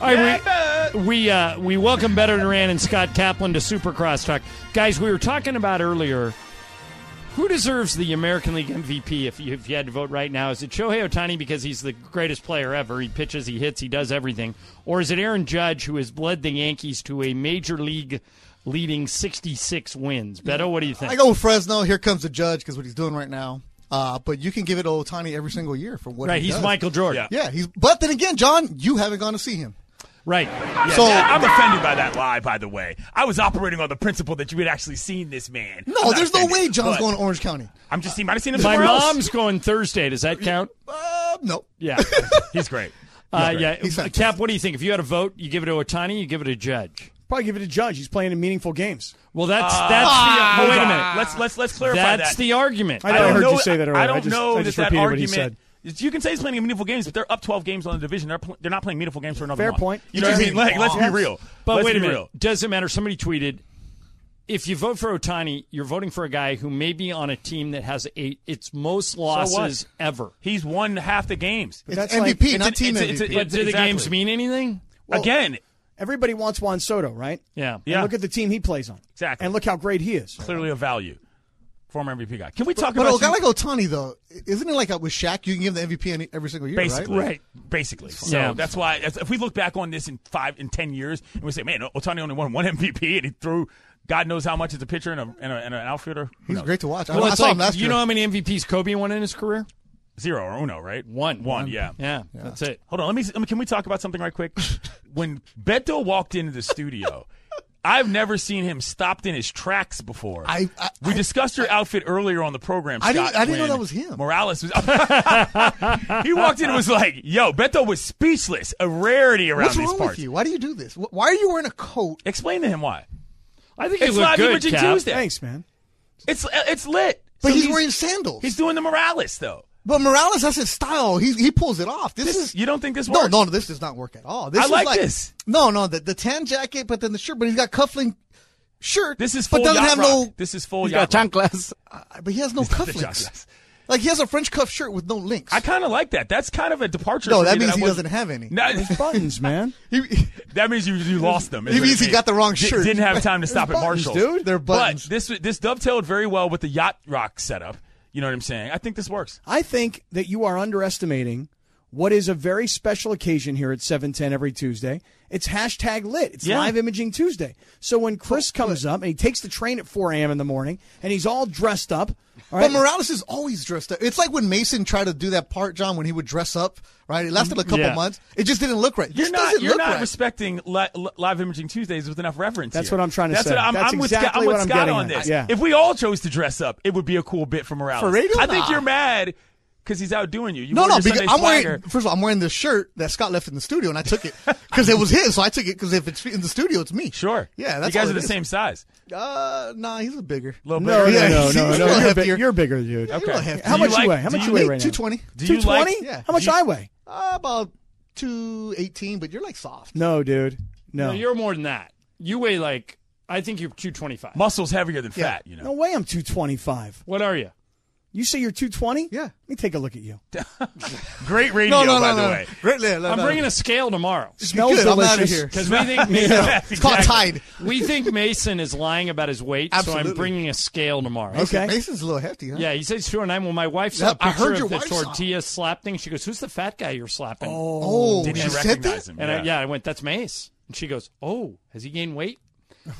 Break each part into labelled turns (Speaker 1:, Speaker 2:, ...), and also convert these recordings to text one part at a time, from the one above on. Speaker 1: All right, we we, uh, we welcome Better Duran and Scott Kaplan to Super Crosstalk, guys. We were talking about earlier. Who deserves the American League MVP if you, if you had to vote right now? Is it Shohei Otani because he's the greatest player ever? He pitches, he hits, he does everything. Or is it Aaron Judge who has led the Yankees to a major league leading 66 wins? Beto, what do you think?
Speaker 2: I go with Fresno. Here comes the judge because what he's doing right now. Uh, but you can give it to Otani every single year for what
Speaker 1: right,
Speaker 2: he
Speaker 1: he's
Speaker 2: does.
Speaker 1: Michael Jordan.
Speaker 2: Yeah, he's. But then again, John, you haven't gone to see him.
Speaker 1: Right.
Speaker 2: So
Speaker 3: I'm offended by that lie, by the way. I was operating on the principle that you had actually seen this man. I'm
Speaker 2: no,
Speaker 3: not
Speaker 2: there's no
Speaker 3: offended,
Speaker 2: way John's
Speaker 3: but
Speaker 2: going to Orange County.
Speaker 3: I'm just he might have seen him
Speaker 1: My
Speaker 3: somewhere else.
Speaker 1: mom's going Thursday. Does that count?
Speaker 2: Uh, no.
Speaker 1: Yeah.
Speaker 3: He's great.
Speaker 1: Uh, yeah.
Speaker 2: He's fantastic.
Speaker 1: Cap, what do you think? If you had a vote, you give it to Otani, you give it to Judge.
Speaker 4: Probably give it to Judge. He's playing in meaningful games.
Speaker 1: Well, that's
Speaker 3: Uh,
Speaker 1: that's the. Oh, wait a minute.
Speaker 3: Let's let's let's clarify
Speaker 1: That's
Speaker 3: that.
Speaker 1: the argument.
Speaker 4: I
Speaker 3: don't
Speaker 4: heard
Speaker 3: know,
Speaker 4: you say that earlier.
Speaker 3: I
Speaker 4: I
Speaker 3: don't
Speaker 4: just-
Speaker 3: know
Speaker 4: I just
Speaker 3: that that
Speaker 4: repeated what
Speaker 3: argument.
Speaker 4: he
Speaker 3: You can say he's playing meaningful games, but they're up 12 games on the division. They're pl- they're not playing meaningful games for another
Speaker 4: Fair
Speaker 3: month.
Speaker 4: point.
Speaker 3: You know what I mean? Like, let's be
Speaker 4: Yes.
Speaker 3: real.
Speaker 1: But
Speaker 3: Let's
Speaker 1: wait a
Speaker 3: be
Speaker 1: minute.
Speaker 3: real.
Speaker 1: Doesn't matter. Somebody tweeted, if you vote for Otani, you're voting for a guy who may be on a team that has eight its most
Speaker 3: what?
Speaker 1: losses ever.
Speaker 3: He's won half the games.
Speaker 2: It's
Speaker 4: That's
Speaker 2: MVP,
Speaker 4: like-
Speaker 2: not
Speaker 3: it's-
Speaker 2: team
Speaker 3: it's-
Speaker 2: MVP.
Speaker 3: it's-
Speaker 1: But do the
Speaker 3: exactly.
Speaker 1: games mean anything?
Speaker 3: Again,
Speaker 4: Everybody wants Juan Soto, right?
Speaker 1: Yeah.
Speaker 4: And look at the team he plays on.
Speaker 3: Exactly.
Speaker 4: And look how great he is.
Speaker 3: clearly a value. Former MVP guy. Can we talk
Speaker 2: but
Speaker 3: about
Speaker 2: a guy
Speaker 3: you-
Speaker 2: like Otani, though, isn't it like uh, with Shaq? You can give him the MVP any, every single year,
Speaker 3: basically,
Speaker 2: right?
Speaker 1: Right.
Speaker 3: Basically, so
Speaker 1: Yeah.
Speaker 3: that's why that's- if we look back on this in five in ten years and we say, man, Otani only won one MVP and he threw God knows how much as a pitcher and, a, and, a, and an outfielder. Who
Speaker 2: He's
Speaker 3: knows?
Speaker 2: great to watch. I,
Speaker 1: Well,
Speaker 2: I
Speaker 1: it's
Speaker 2: saw him
Speaker 1: like,
Speaker 2: last
Speaker 1: you
Speaker 2: year.
Speaker 1: know how many MVPs Kobe won in his career?
Speaker 3: Zero or uno, right?
Speaker 1: One.
Speaker 3: One. Yeah.
Speaker 1: Yeah. That's it.
Speaker 3: Hold on. Let me, let me. Can we talk about something right quick? when Beto walked into the studio, I've never seen him stopped in his tracks before.
Speaker 2: I- I-
Speaker 3: we discussed your outfit earlier on the program.
Speaker 2: I didn't-
Speaker 3: Scott,
Speaker 2: I didn't know
Speaker 3: when
Speaker 2: that was him.
Speaker 3: Morales was. he walked in and was like, "Yo, Beto was speechless. A rarity around
Speaker 2: What's
Speaker 3: these
Speaker 2: wrong
Speaker 3: parts."
Speaker 2: with you? Why do you do this? Wh- Why are you wearing a coat?
Speaker 3: Explain to him why.
Speaker 1: I think
Speaker 3: It's
Speaker 1: he looked
Speaker 3: Live
Speaker 1: good,
Speaker 3: Imaging
Speaker 1: Cap.
Speaker 3: Tuesday.
Speaker 4: Thanks, man.
Speaker 3: It's uh, it's lit.
Speaker 2: But
Speaker 3: So
Speaker 2: he's, wearing sandals.
Speaker 3: He's doing the Morales though.
Speaker 2: but Morales, that's his style. He he pulls it off. This,
Speaker 3: This
Speaker 2: is
Speaker 3: you don't think this
Speaker 2: no,
Speaker 3: works?
Speaker 2: no, this does not work at all. This
Speaker 3: I
Speaker 2: is
Speaker 3: like this.
Speaker 2: No, no, the, the tan jacket, but then the shirt. But he's got cufflink shirt.
Speaker 3: This is full
Speaker 2: but doesn't
Speaker 3: yacht
Speaker 2: have
Speaker 3: rock.
Speaker 2: no. Uh,
Speaker 3: This is full
Speaker 5: He's
Speaker 3: yacht
Speaker 5: got
Speaker 3: rock.
Speaker 5: chanclas.
Speaker 2: But he has no
Speaker 3: got the
Speaker 2: cufflinks.
Speaker 3: chanclas.
Speaker 2: Like he has a French cuff shirt with no links.
Speaker 3: I kind of like that. That's kind of a departure.
Speaker 2: no,
Speaker 3: for
Speaker 2: that
Speaker 3: me
Speaker 2: means
Speaker 3: I
Speaker 2: he
Speaker 3: wasn't-
Speaker 2: doesn't have any.
Speaker 3: No,
Speaker 4: There's buttons, man.
Speaker 2: He-
Speaker 3: that means you, you lost them. is
Speaker 2: He
Speaker 3: what
Speaker 2: means
Speaker 3: it
Speaker 2: he got the wrong
Speaker 3: Di-
Speaker 2: shirt.
Speaker 3: didn't have time to stop at
Speaker 4: buttons,
Speaker 3: Marshall,
Speaker 4: dude.
Speaker 2: They're buttons.
Speaker 3: But this this dovetailed very well with the yacht rock setup. You know what I'm saying? I think this works.
Speaker 4: I think that you are underestimating what is a very special occasion here at 710 every Tuesday. It's hashtag lit. It's
Speaker 3: Yeah.
Speaker 4: live imaging Tuesday. So when Chris comes up and he takes the train at 4 a.m. in the morning and he's all dressed up, all
Speaker 2: But
Speaker 4: right,
Speaker 2: Morales is always dressed up. It's like when Mason tried to do that part, John, when he would dress up, right? It lasted a couple
Speaker 1: Yeah.
Speaker 2: months. It just didn't look right.
Speaker 3: You're
Speaker 2: This
Speaker 3: not
Speaker 2: doesn't
Speaker 3: you're
Speaker 2: look
Speaker 3: not
Speaker 2: right.
Speaker 3: respecting li- li- live imaging Tuesdays with enough reference.
Speaker 4: That's
Speaker 3: here.
Speaker 4: what I'm trying to
Speaker 3: That's
Speaker 4: say.
Speaker 3: What I'm,
Speaker 4: That's
Speaker 3: I'm
Speaker 4: exactly
Speaker 3: with
Speaker 4: what I'm
Speaker 3: Scott, I'm with Scott
Speaker 4: getting
Speaker 3: on
Speaker 4: at.
Speaker 3: this.
Speaker 4: Yeah.
Speaker 3: If we all chose to dress up, it would be a cool bit for Morales.
Speaker 2: For radio?
Speaker 3: I think
Speaker 2: Nah.
Speaker 3: you're mad because he's outdoing you. you
Speaker 2: no,
Speaker 3: wore
Speaker 2: no,
Speaker 3: your
Speaker 2: because
Speaker 3: Sunday
Speaker 2: I'm
Speaker 3: swagger.
Speaker 2: wearing, first of all, I'm wearing this shirt that Scott left in the studio and I took it because it was his. So I took it because if it's in the studio, it's me.
Speaker 3: Sure.
Speaker 2: Yeah, that's
Speaker 3: you
Speaker 2: all
Speaker 3: guys are
Speaker 2: it
Speaker 3: the
Speaker 2: is.
Speaker 3: same size.
Speaker 2: Uh, nah, he's a bigger.
Speaker 3: A little
Speaker 4: no,
Speaker 3: bigger.
Speaker 4: no,
Speaker 2: Yeah,
Speaker 4: no,
Speaker 2: he's-
Speaker 4: no,
Speaker 2: he's
Speaker 4: no,
Speaker 2: a little
Speaker 4: You're, big,
Speaker 2: heftier.
Speaker 4: you're bigger, dude.
Speaker 2: You're a little hefty.
Speaker 4: How
Speaker 3: Do
Speaker 4: much you
Speaker 3: like-
Speaker 4: weigh? How
Speaker 3: do
Speaker 4: much you weigh
Speaker 2: Hey,
Speaker 4: right now?
Speaker 2: 220?
Speaker 3: Do you
Speaker 4: 220?
Speaker 3: like?
Speaker 2: Yeah.
Speaker 4: How much
Speaker 2: Do you-
Speaker 4: I weigh?
Speaker 2: Uh, about 218, but you're like soft.
Speaker 4: No, dude. No.
Speaker 1: No, you're more than that. You weigh like, I think you're 225.
Speaker 3: Muscles heavier than fat. You
Speaker 4: no
Speaker 3: know.
Speaker 4: way I'm 225.
Speaker 1: What are you?
Speaker 4: You say you're 220?
Speaker 2: Yeah.
Speaker 4: Let me take a look at you.
Speaker 3: Great radio,
Speaker 2: No, no,
Speaker 3: by
Speaker 2: no,
Speaker 3: the
Speaker 2: no.
Speaker 3: way.
Speaker 2: Great, no, no,
Speaker 1: I'm
Speaker 2: no.
Speaker 1: bringing a scale tomorrow.
Speaker 4: Smells
Speaker 2: Good, I'm
Speaker 4: delicious.
Speaker 2: outta here.
Speaker 1: Because we think
Speaker 2: It's called Tide.
Speaker 1: we think Mason is lying about his weight, so
Speaker 2: Absolutely.
Speaker 1: I'm bringing a scale tomorrow.
Speaker 4: Okay.
Speaker 2: Mason's a little hefty, huh?
Speaker 1: Yeah, he says two and nine. Well, my wife
Speaker 2: Yeah,
Speaker 1: saw a
Speaker 2: I
Speaker 1: picture
Speaker 2: heard
Speaker 1: of
Speaker 2: your
Speaker 1: the
Speaker 2: wife saw it.
Speaker 1: tortilla slap thing. She goes, "Who's the fat guy you're slapping?"
Speaker 2: Oh,
Speaker 3: Didn't
Speaker 2: she
Speaker 3: even
Speaker 2: said
Speaker 3: recognize
Speaker 2: that?
Speaker 3: him.
Speaker 1: and I, yeah, I went, "That's Mace." And she goes, "Oh, has he gained weight?"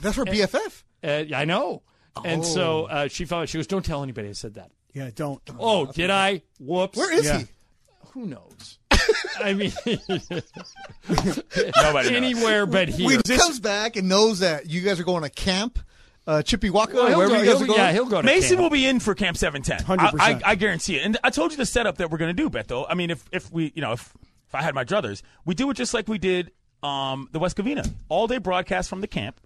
Speaker 2: That's her BFF.
Speaker 1: Uh, I know. And so
Speaker 2: Oh.
Speaker 1: uh, she felt. She goes, "Don't tell anybody I said that."
Speaker 4: Yeah, don't.
Speaker 1: Oh, did I? Whoops.
Speaker 2: Where is
Speaker 4: Yeah.
Speaker 2: he?
Speaker 1: Who knows? I mean,
Speaker 3: Nobody knows.
Speaker 1: anywhere but here.
Speaker 2: When he comes back and knows that you guys are going to camp, uh, Chippy Walker,
Speaker 1: Well, he'll
Speaker 2: wherever
Speaker 1: go-
Speaker 2: you guys are
Speaker 1: he'll-
Speaker 2: going.
Speaker 1: yeah, he'll go to
Speaker 3: Mason
Speaker 1: camp.
Speaker 3: will be in for Camp 710. I,
Speaker 4: 100%.
Speaker 3: I, I guarantee it. And I told you the setup that we're going to do, Beto. I mean, if if we, you know, if, if I had my druthers, we do it just like we did um, the West Covina. All day broadcast from the camp.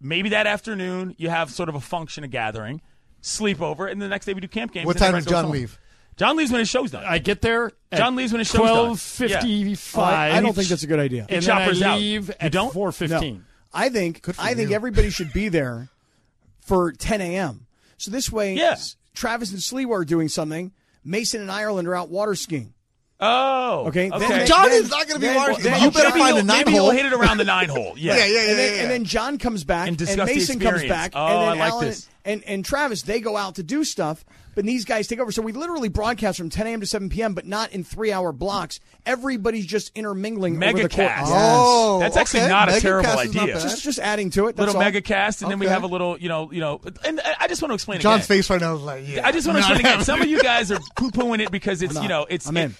Speaker 3: Maybe that afternoon you have sort of a function, a gathering, sleepover, and the next day we do camp games.
Speaker 2: What
Speaker 3: and then
Speaker 2: time did
Speaker 3: the rest goes
Speaker 2: John
Speaker 3: home.
Speaker 2: leave?
Speaker 3: John leaves when his show's done.
Speaker 1: I get there. at
Speaker 3: John leaves when his show's done.
Speaker 1: twelve fifty-five.
Speaker 4: Oh, I don't think that's a good idea.
Speaker 1: And then I
Speaker 3: Choppers out.
Speaker 1: leave
Speaker 3: You
Speaker 1: at
Speaker 3: don't?
Speaker 1: four fifteen.
Speaker 4: No. I think I think everybody should be there for 10 a.m. So this way,
Speaker 3: Yeah.
Speaker 4: s- Travis and Sliwa are doing something. Mason and Ireland are out water skiing.
Speaker 3: Oh,
Speaker 4: Okay, then-
Speaker 3: okay.
Speaker 4: John-
Speaker 2: Johnny's not going to be
Speaker 4: then-
Speaker 2: marking.
Speaker 4: then-
Speaker 2: you better
Speaker 3: maybe
Speaker 2: find a
Speaker 3: you'll-
Speaker 2: nine
Speaker 3: maybe
Speaker 2: hole.
Speaker 3: you'll hit it around the nine hole. Yeah.
Speaker 2: yeah, yeah, yeah.
Speaker 4: and then,
Speaker 2: yeah,
Speaker 4: and then John comes back,
Speaker 3: And
Speaker 4: and,
Speaker 3: discuss the
Speaker 4: Mason comes
Speaker 3: experience.
Speaker 4: back,
Speaker 3: Oh,
Speaker 4: and
Speaker 3: I
Speaker 4: then
Speaker 3: like
Speaker 4: Alan
Speaker 3: this.
Speaker 4: and and Travis they go out to do stuff, but these guys take over. So we literally broadcast from 10 a.m. to 7 p.m., but not in three-hour blocks. Everybody's just intermingling over the course.
Speaker 3: Megacast.
Speaker 2: Oh,
Speaker 3: That's actually
Speaker 2: okay.
Speaker 3: not a
Speaker 2: Megacast
Speaker 3: terrible
Speaker 2: is not
Speaker 3: idea.
Speaker 2: bad.
Speaker 4: Just, just adding to it. That's
Speaker 3: little
Speaker 4: all.
Speaker 3: mega cast, and then we
Speaker 2: Okay.
Speaker 3: have a little, you know, you know. And I- I just want to explain.
Speaker 2: John's
Speaker 3: again.
Speaker 2: face right now is like, yeah.
Speaker 3: I just want to
Speaker 2: Not
Speaker 3: explain again.
Speaker 2: happening.
Speaker 3: Some of you guys are poo pooing it because it's
Speaker 4: not.
Speaker 3: you know it's.
Speaker 4: I'm in.
Speaker 3: it-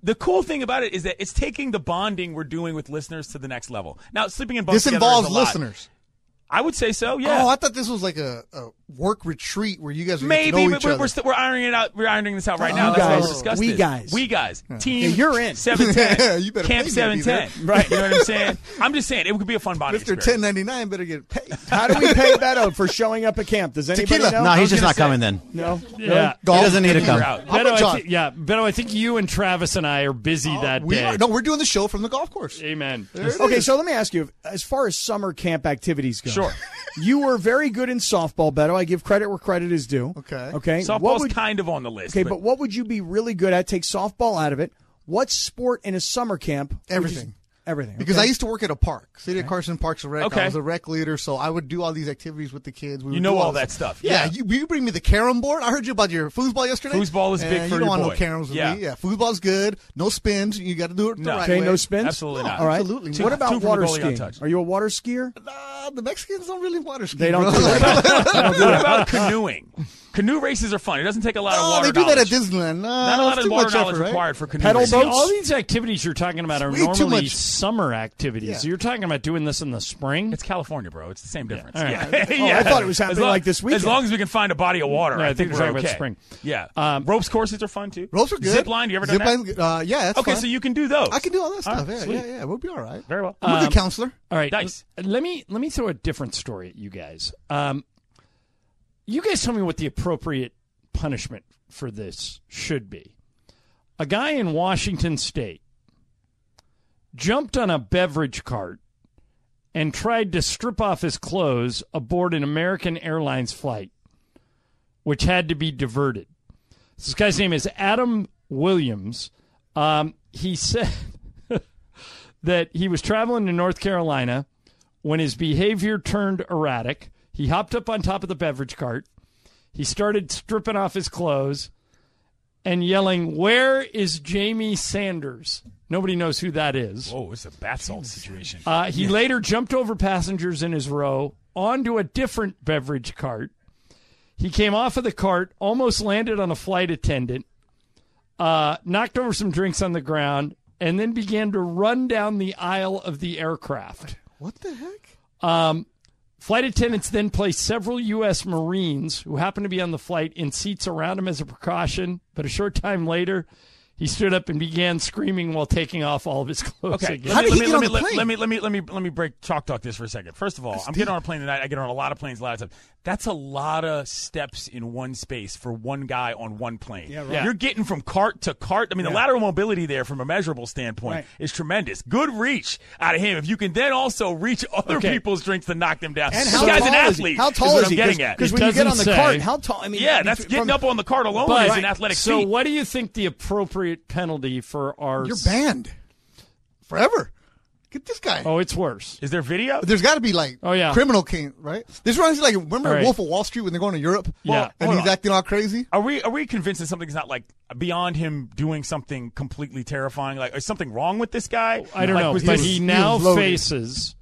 Speaker 3: the cool thing about it is that it's taking the bonding we're doing with listeners to the next level. Now, sleeping in
Speaker 2: This
Speaker 3: bunks together is
Speaker 2: involves
Speaker 3: a lot.
Speaker 2: listeners.
Speaker 3: I would say so. Yeah.
Speaker 2: Oh, I thought this was like a, a work retreat where you guys would get to
Speaker 3: Maybe
Speaker 2: know
Speaker 3: but
Speaker 2: each
Speaker 3: we're,
Speaker 2: other.
Speaker 3: we're, st- we're ironing it out. We're ironing this out right now.
Speaker 4: You
Speaker 3: That's why
Speaker 4: guys.
Speaker 3: we're discussing
Speaker 4: We
Speaker 3: this.
Speaker 4: guys.
Speaker 3: we guys, team.
Speaker 4: Yeah, you're in.
Speaker 3: Seven ten.
Speaker 2: You better pay me to
Speaker 3: Camp
Speaker 2: be
Speaker 3: seven ten.
Speaker 2: there.
Speaker 3: Right. You know what I'm saying? I'm just saying it could be a fun bonding.
Speaker 2: Mr.
Speaker 3: experience.
Speaker 2: Ten Ninety Nine better get paid.
Speaker 4: How do we pay Beto for showing up at camp? Does anybody
Speaker 2: Tequila.
Speaker 4: know?
Speaker 5: No, he's just
Speaker 3: gonna
Speaker 5: not
Speaker 3: say-
Speaker 5: coming then.
Speaker 4: no.
Speaker 1: Yeah.
Speaker 5: He
Speaker 2: Golf.
Speaker 5: doesn't need to
Speaker 3: We're
Speaker 5: come.
Speaker 3: out.
Speaker 2: How
Speaker 1: Beto,
Speaker 2: about
Speaker 1: I
Speaker 2: John?
Speaker 1: thi- yeah, Beto, I think you and Travis and I are busy
Speaker 3: Oh,
Speaker 1: that
Speaker 2: we
Speaker 1: day.
Speaker 2: are, no, we're doing the show from the golf course.
Speaker 1: Amen.
Speaker 2: There it
Speaker 4: Okay,
Speaker 2: is.
Speaker 4: so let me ask you, as far as summer camp activities go,
Speaker 3: Sure.
Speaker 4: you were very good in softball, Beto. I give credit where credit is due.
Speaker 2: Okay.
Speaker 4: okay. What
Speaker 3: Softball's
Speaker 4: would,
Speaker 3: kind of on the list.
Speaker 4: okay, but what would you be really good at? Take softball out of it. What sport in a summer camp? would you-
Speaker 2: Everything.
Speaker 4: everything.
Speaker 2: Because
Speaker 4: okay?
Speaker 2: I used to work at a park, City of Carson Parks and Rec.
Speaker 3: Okay.
Speaker 2: I was a rec leader, so I would do all these activities with the kids. We would
Speaker 3: You know
Speaker 2: do
Speaker 3: all
Speaker 2: this-
Speaker 3: that stuff.
Speaker 2: Yeah,
Speaker 3: Yeah.
Speaker 2: you, you bring me the carom board. I heard you about your foosball yesterday.
Speaker 3: Foosball is
Speaker 2: Eh,
Speaker 3: big for
Speaker 2: you
Speaker 3: your
Speaker 2: don't want
Speaker 3: boy.
Speaker 2: no caroms with
Speaker 3: Yeah.
Speaker 2: me. Yeah, foosball's good. No spins. You got to do it the
Speaker 3: No.
Speaker 2: right
Speaker 4: okay,
Speaker 2: way.
Speaker 4: no spins.
Speaker 3: Absolutely not.
Speaker 4: All right.
Speaker 2: Absolutely
Speaker 4: What
Speaker 2: not.
Speaker 4: about
Speaker 3: Two from
Speaker 4: water
Speaker 3: goalie
Speaker 4: skiing?
Speaker 3: untouched.
Speaker 4: Are you a water skier?
Speaker 2: Nah, Uh, the Mexicans don't really water ski.
Speaker 4: They don't
Speaker 2: bro.
Speaker 4: do that.
Speaker 3: what about canoeing? Canoe races are fun. It doesn't take a lot of
Speaker 2: No,
Speaker 3: water
Speaker 2: they do
Speaker 3: knowledge.
Speaker 2: that at Disneyland. No,
Speaker 3: Not a lot
Speaker 2: it's
Speaker 3: of
Speaker 2: too
Speaker 3: water
Speaker 2: much
Speaker 3: knowledge
Speaker 2: effort, right?
Speaker 3: required for canoe
Speaker 4: Pedal
Speaker 3: racing.
Speaker 1: See,
Speaker 4: boats?
Speaker 1: all these activities you're talking about are
Speaker 2: It's way too
Speaker 1: normally
Speaker 2: much.
Speaker 1: summer activities.
Speaker 2: Yeah.
Speaker 1: You're talking about doing this in the spring.
Speaker 3: It's California, bro. It's the same difference.
Speaker 1: all
Speaker 3: Yeah.
Speaker 1: right.
Speaker 3: Yeah.
Speaker 4: I thought it was
Speaker 3: As
Speaker 4: happening
Speaker 3: long-
Speaker 4: like this weekend.
Speaker 3: As long as we can find a body of water,
Speaker 1: No,
Speaker 3: I think
Speaker 1: we're
Speaker 3: we're
Speaker 1: talking about
Speaker 3: okay.
Speaker 1: spring.
Speaker 3: Yeah.
Speaker 1: Um,
Speaker 3: Ropes courses are fun too.
Speaker 2: Ropes are good.
Speaker 3: Zip line. You ever
Speaker 2: Zip
Speaker 3: done that?
Speaker 2: line,
Speaker 1: Oh,
Speaker 2: uh, yeah, that's
Speaker 3: Okay,
Speaker 2: fun.
Speaker 3: so you can do those.
Speaker 2: I can do all that stuff.
Speaker 3: right,
Speaker 2: yeah,
Speaker 3: sweet.
Speaker 2: yeah, yeah. We'll be all right.
Speaker 3: Very well. Um,
Speaker 2: I'm a good counselor.
Speaker 1: Um, All right.
Speaker 3: Nice.
Speaker 1: l- Let me let me throw a different story at you guys. Um, you guys tell me what the appropriate punishment for this should be. A guy in Washington State jumped on a beverage cart and tried to strip off his clothes aboard an American Airlines flight, which had to be diverted. This guy's name is Adam Williams. Um, he said that he was traveling to North Carolina when his behavior turned erratic. He hopped up on top of the beverage cart. He started stripping off his clothes and yelling, Where is Jamie Sanders? Nobody knows who that is.
Speaker 3: Oh, it's a bath salt situation.
Speaker 1: Uh, he later jumped over passengers in his row onto a different beverage cart. He came off of the cart, almost landed on a flight attendant, uh, knocked over some drinks on the ground, and then began to run down the aisle of the aircraft. Um,
Speaker 2: What the heck?
Speaker 1: Flight attendants then placed several U.S. Marines who happened to be on the flight in seats around him as a precaution. But a short time later, he stood up and began screaming while taking off all of his clothes
Speaker 3: Okay,
Speaker 1: again.
Speaker 3: let me,
Speaker 2: did he
Speaker 3: let me,
Speaker 2: get
Speaker 3: let
Speaker 2: on
Speaker 3: me,
Speaker 2: the
Speaker 3: let,
Speaker 2: plane?
Speaker 3: let me, let me, let me, let me break chalk talk this for a second. First of all, I'm getting on a plane tonight. I get on a lot of planes a lot of times. That's a lot of steps in one space for one guy on one plane. Yeah,
Speaker 1: Yeah.
Speaker 3: You're getting from cart to cart. I mean, the lateral mobility there, from a measurable standpoint,
Speaker 4: Right.
Speaker 3: is tremendous. Good reach out of him. If you can then also reach other
Speaker 1: Okay.
Speaker 3: people's drinks to knock them down.
Speaker 4: And
Speaker 3: this
Speaker 4: how
Speaker 3: guy's
Speaker 4: tall
Speaker 3: an
Speaker 4: is
Speaker 3: athlete.
Speaker 4: he? How tall
Speaker 3: is what
Speaker 4: is he?
Speaker 3: I'm getting at.
Speaker 4: Because
Speaker 1: It
Speaker 4: when you get on the
Speaker 1: doesn't say.
Speaker 4: cart, how tall? I mean,
Speaker 3: yeah, that's
Speaker 4: between-
Speaker 3: getting
Speaker 4: from-
Speaker 3: up on the cart alone
Speaker 1: But-
Speaker 3: is an athletic
Speaker 1: so
Speaker 3: feat.
Speaker 1: what do you think the appropriate penalty for our
Speaker 2: You're banned forever. Get this guy.
Speaker 1: Oh, it's worse.
Speaker 3: Is there video?
Speaker 2: There's got to be like
Speaker 1: Oh, yeah.
Speaker 2: criminal king, right? This reminds me like remember
Speaker 1: All right.
Speaker 2: Wolf of Wall Street when they're going to Europe,
Speaker 1: Yeah.
Speaker 2: and
Speaker 3: Hold
Speaker 2: he's
Speaker 3: on.
Speaker 2: acting all crazy.
Speaker 3: Are we are we convinced that something's not like beyond him doing something completely terrifying? Like is something wrong with this guy?
Speaker 1: I don't
Speaker 3: Like,
Speaker 1: know,
Speaker 3: was
Speaker 1: but
Speaker 3: this-
Speaker 1: he
Speaker 2: he
Speaker 1: now
Speaker 2: was loaded.
Speaker 1: faces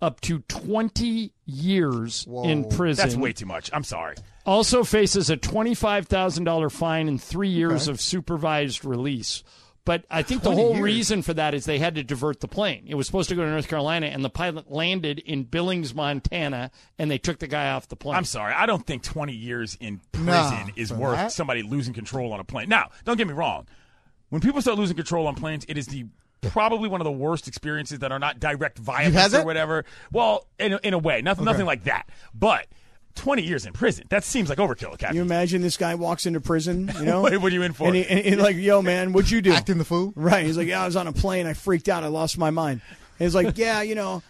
Speaker 1: up to 20 years in prison.
Speaker 3: that's way too much. I'm sorry.
Speaker 1: Also faces a $25,000 fine and 3 years of supervised release. But I think the
Speaker 2: 20
Speaker 1: whole
Speaker 2: years.
Speaker 1: reason for that is they had to divert the plane. It was supposed to go to North Carolina and the pilot landed in Billings, Montana, and they took the guy off the plane.
Speaker 3: I'm sorry. I don't think 20 years in prison
Speaker 2: Nah,
Speaker 3: is
Speaker 2: for
Speaker 3: worth
Speaker 2: that?
Speaker 3: somebody losing control on a plane. Now, don't get me wrong. When people start losing control on planes, it is the probably one of the worst experiences that are not direct violence or
Speaker 2: that?
Speaker 3: whatever. Well, in a, in a way, nothing nothing like that. But 20 years in prison, that seems like overkill, Captain.
Speaker 4: You imagine this guy walks into prison, you know?
Speaker 3: What- what are you in for?
Speaker 4: And, he, and he's like, yo, man, what'd you do?
Speaker 2: Acting the fool.
Speaker 4: Right. He's like, yeah, I was on a plane. I freaked out. I lost my mind. And he's like, yeah, you know,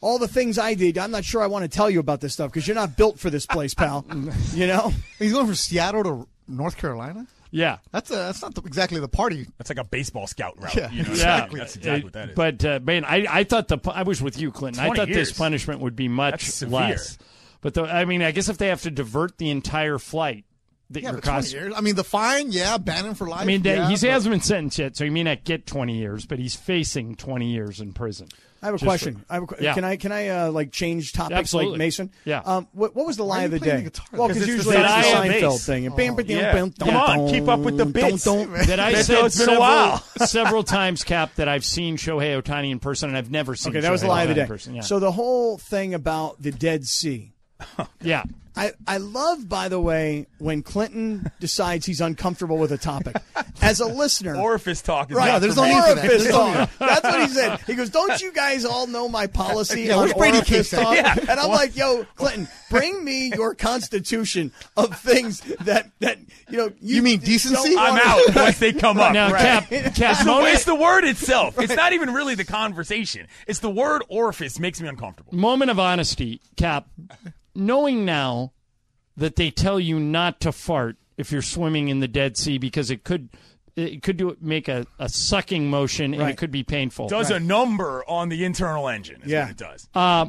Speaker 4: all the things I did, I'm not sure I want to tell you about this stuff because you're not built for this place, pal. You know?
Speaker 2: He's going from Seattle to North Carolina.
Speaker 1: Yeah.
Speaker 2: That's a, that's not the, exactly the party.
Speaker 3: That's like a baseball scout route.
Speaker 2: Yeah,
Speaker 3: you know?
Speaker 2: exactly.
Speaker 3: That's exactly what that is.
Speaker 1: But uh, man, I, I thought the pu- I was with you, Clinton. I
Speaker 3: 20
Speaker 1: thought this
Speaker 3: years.
Speaker 1: punishment would be
Speaker 3: That's
Speaker 1: much
Speaker 3: severe.
Speaker 1: less. But the, I mean, I guess if they have to divert the entire flight that
Speaker 2: Yeah,
Speaker 1: you're
Speaker 2: but 20
Speaker 1: costing.
Speaker 2: years. I mean, the fine, yeah, ban him for life.
Speaker 1: I mean, they,
Speaker 2: yeah,
Speaker 1: he's- he
Speaker 2: but-
Speaker 1: hasn't been sentenced yet, so he may not get 20 years, but he's facing 20 years in prison.
Speaker 4: I have a
Speaker 1: Just
Speaker 4: question.
Speaker 1: for-
Speaker 4: I have a, que-
Speaker 1: Yeah.
Speaker 4: Can I can I uh, like change topics
Speaker 1: Absolutely.
Speaker 4: like Mason?
Speaker 1: Yeah.
Speaker 4: Um, what, what was the lie
Speaker 2: you
Speaker 4: of the day?
Speaker 2: playing the Oh, guitar?
Speaker 4: well,
Speaker 2: 'Cause
Speaker 4: because
Speaker 3: it's the
Speaker 4: usually it's the
Speaker 1: Seinfeld
Speaker 4: Seinfeld
Speaker 3: bass.
Speaker 4: thing. Bam, bam,
Speaker 3: yeah.
Speaker 4: bam,
Speaker 3: Come
Speaker 4: bam,
Speaker 3: on, keep up with the
Speaker 4: dum,
Speaker 3: bits.
Speaker 4: dum, dum.
Speaker 1: That I
Speaker 3: Beto,
Speaker 1: said
Speaker 3: it's been a
Speaker 1: several,
Speaker 3: while.
Speaker 1: several times, Cap, that I've seen Shohei Otani in person, and I've never seen
Speaker 4: Okay, that was
Speaker 1: Shohei
Speaker 4: the lie of the
Speaker 1: Ohtani
Speaker 4: day.
Speaker 1: in person. Yeah.
Speaker 4: So the whole thing about the Dead Sea.
Speaker 1: yeah.
Speaker 4: I, I love, by the way, when Clinton decides he's uncomfortable with a topic. As a listener,
Speaker 3: Orifice talk is
Speaker 4: Right.
Speaker 3: not
Speaker 2: there's
Speaker 3: for
Speaker 2: no
Speaker 3: me.
Speaker 2: need for that.
Speaker 4: Orifice
Speaker 2: There's no
Speaker 4: talk. That's what he said. He goes, "Don't you guys all know my policy
Speaker 2: Yeah,
Speaker 4: on
Speaker 2: where's Brady
Speaker 4: orifice
Speaker 2: Case at?
Speaker 4: talk?"
Speaker 3: Yeah.
Speaker 4: And I'm like, "Yo, Clinton, bring me your constitution of things that that you know you,
Speaker 2: You mean
Speaker 4: d-
Speaker 2: decency?
Speaker 4: don't
Speaker 3: I'm
Speaker 4: wanna-
Speaker 3: out once they come up.
Speaker 1: Now,
Speaker 3: right.
Speaker 1: Cap,
Speaker 3: It's
Speaker 1: Cap
Speaker 3: the,
Speaker 1: moment,
Speaker 3: it's the word itself. It's not even really the conversation. It's the word orifice makes me uncomfortable.
Speaker 1: moment of honesty, Cap, knowing now that they tell you not to fart if you're swimming in the Dead Sea because it could it could do make a, a sucking motion and it
Speaker 4: Right.
Speaker 1: could be painful.
Speaker 3: Does a number on the internal engine. Is
Speaker 4: Yeah.
Speaker 3: what it does.
Speaker 1: Uh,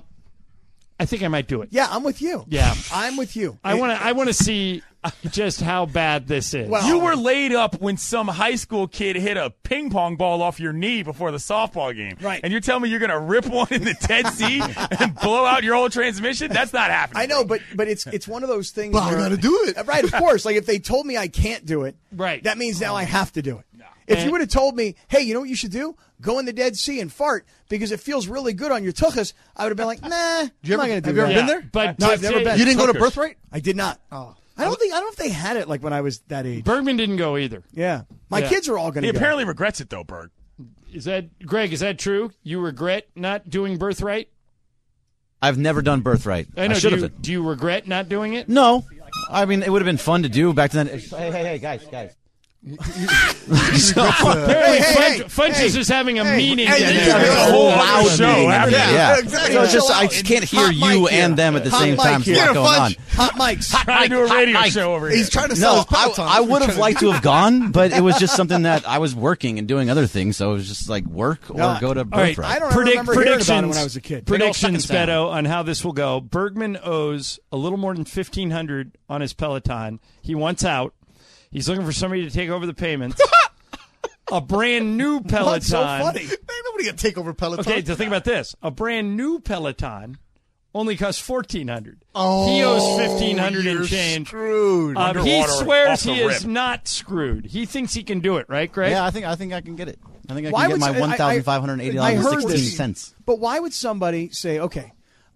Speaker 1: I think I might do it.
Speaker 4: Yeah, I'm with you.
Speaker 1: Yeah.
Speaker 4: I'm with you.
Speaker 1: I want to I want to see just how bad this is.
Speaker 4: Well-
Speaker 3: you were laid up when some high school kid hit a ping pong ball off your knee before the softball game.
Speaker 4: Right.
Speaker 3: And you're telling me you're going to rip one in the Dead Sea and blow out your whole transmission? That's not happening.
Speaker 4: I know, but but it's it's one of those things.
Speaker 2: But I
Speaker 4: where-
Speaker 2: gotta do it.
Speaker 4: Uh, right? Of course. Like if they told me I can't do it,
Speaker 1: Right. Oh.
Speaker 4: That means now I have to do it. If
Speaker 1: And-
Speaker 4: you would have told me, hey, you know what you should do? Go in the Dead Sea and fart because it feels really really good on your tuchus. I would have been like, nah, I'm
Speaker 2: you ever-
Speaker 4: not gonna do
Speaker 2: have you
Speaker 4: that.
Speaker 2: ever
Speaker 1: Yeah,
Speaker 2: been there?
Speaker 1: But
Speaker 4: No,
Speaker 1: to
Speaker 4: I've never
Speaker 1: say-
Speaker 4: been.
Speaker 2: You didn't go to
Speaker 3: Tuckers.
Speaker 2: birthright?
Speaker 4: I did not. Oh, I don't think I don't know if they had it like when I was that age.
Speaker 1: Bergman didn't go either.
Speaker 4: Yeah, my
Speaker 1: Yeah.
Speaker 4: kids are all gonna.
Speaker 3: He
Speaker 4: go.
Speaker 3: apparently regrets it, though, Berg.
Speaker 1: Is that Greg? Is that true? You regret not doing birthright?
Speaker 5: I've never done birthright. I, should
Speaker 1: do
Speaker 5: have
Speaker 1: you,
Speaker 5: done.
Speaker 1: do you regret not doing it?
Speaker 5: No, I mean it would have been fun to do back then. Hey, hey, hey, guys, guys.
Speaker 1: Apparently,
Speaker 4: hey,
Speaker 1: Fudge,
Speaker 4: hey,
Speaker 1: Fudge is just having a meeting.
Speaker 2: Hey,
Speaker 1: in
Speaker 2: you
Speaker 1: there.
Speaker 2: got a
Speaker 3: whole other show after
Speaker 5: Yeah,
Speaker 3: that.
Speaker 5: yeah.
Speaker 2: Yeah, exactly.
Speaker 5: So it's just
Speaker 2: Chill
Speaker 5: I
Speaker 2: out.
Speaker 5: just can't hear
Speaker 2: Hot
Speaker 5: you
Speaker 2: mic here.
Speaker 5: and them at the
Speaker 4: Hot
Speaker 5: same
Speaker 4: mic
Speaker 5: time. So
Speaker 4: here.
Speaker 5: a lot
Speaker 2: Get a
Speaker 5: going on.
Speaker 2: fudge.
Speaker 4: hot mics.
Speaker 3: I do a
Speaker 5: hot
Speaker 3: radio
Speaker 5: mic.
Speaker 3: show over here.
Speaker 2: He's trying to sell
Speaker 5: No,
Speaker 2: his
Speaker 5: I,
Speaker 2: Peloton.
Speaker 5: I would have liked to have gone, but it was just something that I was working and doing other things, so it was just like work or
Speaker 4: No,
Speaker 5: go to
Speaker 1: All right,
Speaker 5: birthright.
Speaker 4: I don't ever
Speaker 1: predict,
Speaker 4: remember hearing
Speaker 1: predictions
Speaker 4: about it when I was a kid.
Speaker 1: Predictions,
Speaker 5: It all stuck in
Speaker 1: Beto, on how this will go. Bergman owes a little more than fifteen hundred on his Peloton. He wants out. He's looking for somebody to take over the payments. a brand new Peloton.
Speaker 4: What's so funny?
Speaker 2: Ain't nobody gonna take over Peloton.
Speaker 1: Okay, to think about this, a brand new Peloton only costs fourteen hundred. Oh, he owes fifteen hundred and
Speaker 2: you're
Speaker 1: change.
Speaker 2: Screwed.
Speaker 1: Um, he
Speaker 3: Underwater, off
Speaker 1: swears
Speaker 3: the
Speaker 1: he is
Speaker 3: rip.
Speaker 1: not screwed. He thinks he can do it, right, Greg?
Speaker 5: Yeah, I think I think I can get it. I think I
Speaker 4: Why
Speaker 5: can get
Speaker 4: would
Speaker 5: my
Speaker 4: s- I- I-
Speaker 5: one thousand five hundred eighty
Speaker 4: I
Speaker 5: dollars
Speaker 4: heard
Speaker 5: sixteen
Speaker 4: this.
Speaker 5: cents.
Speaker 4: But why would somebody say, okay,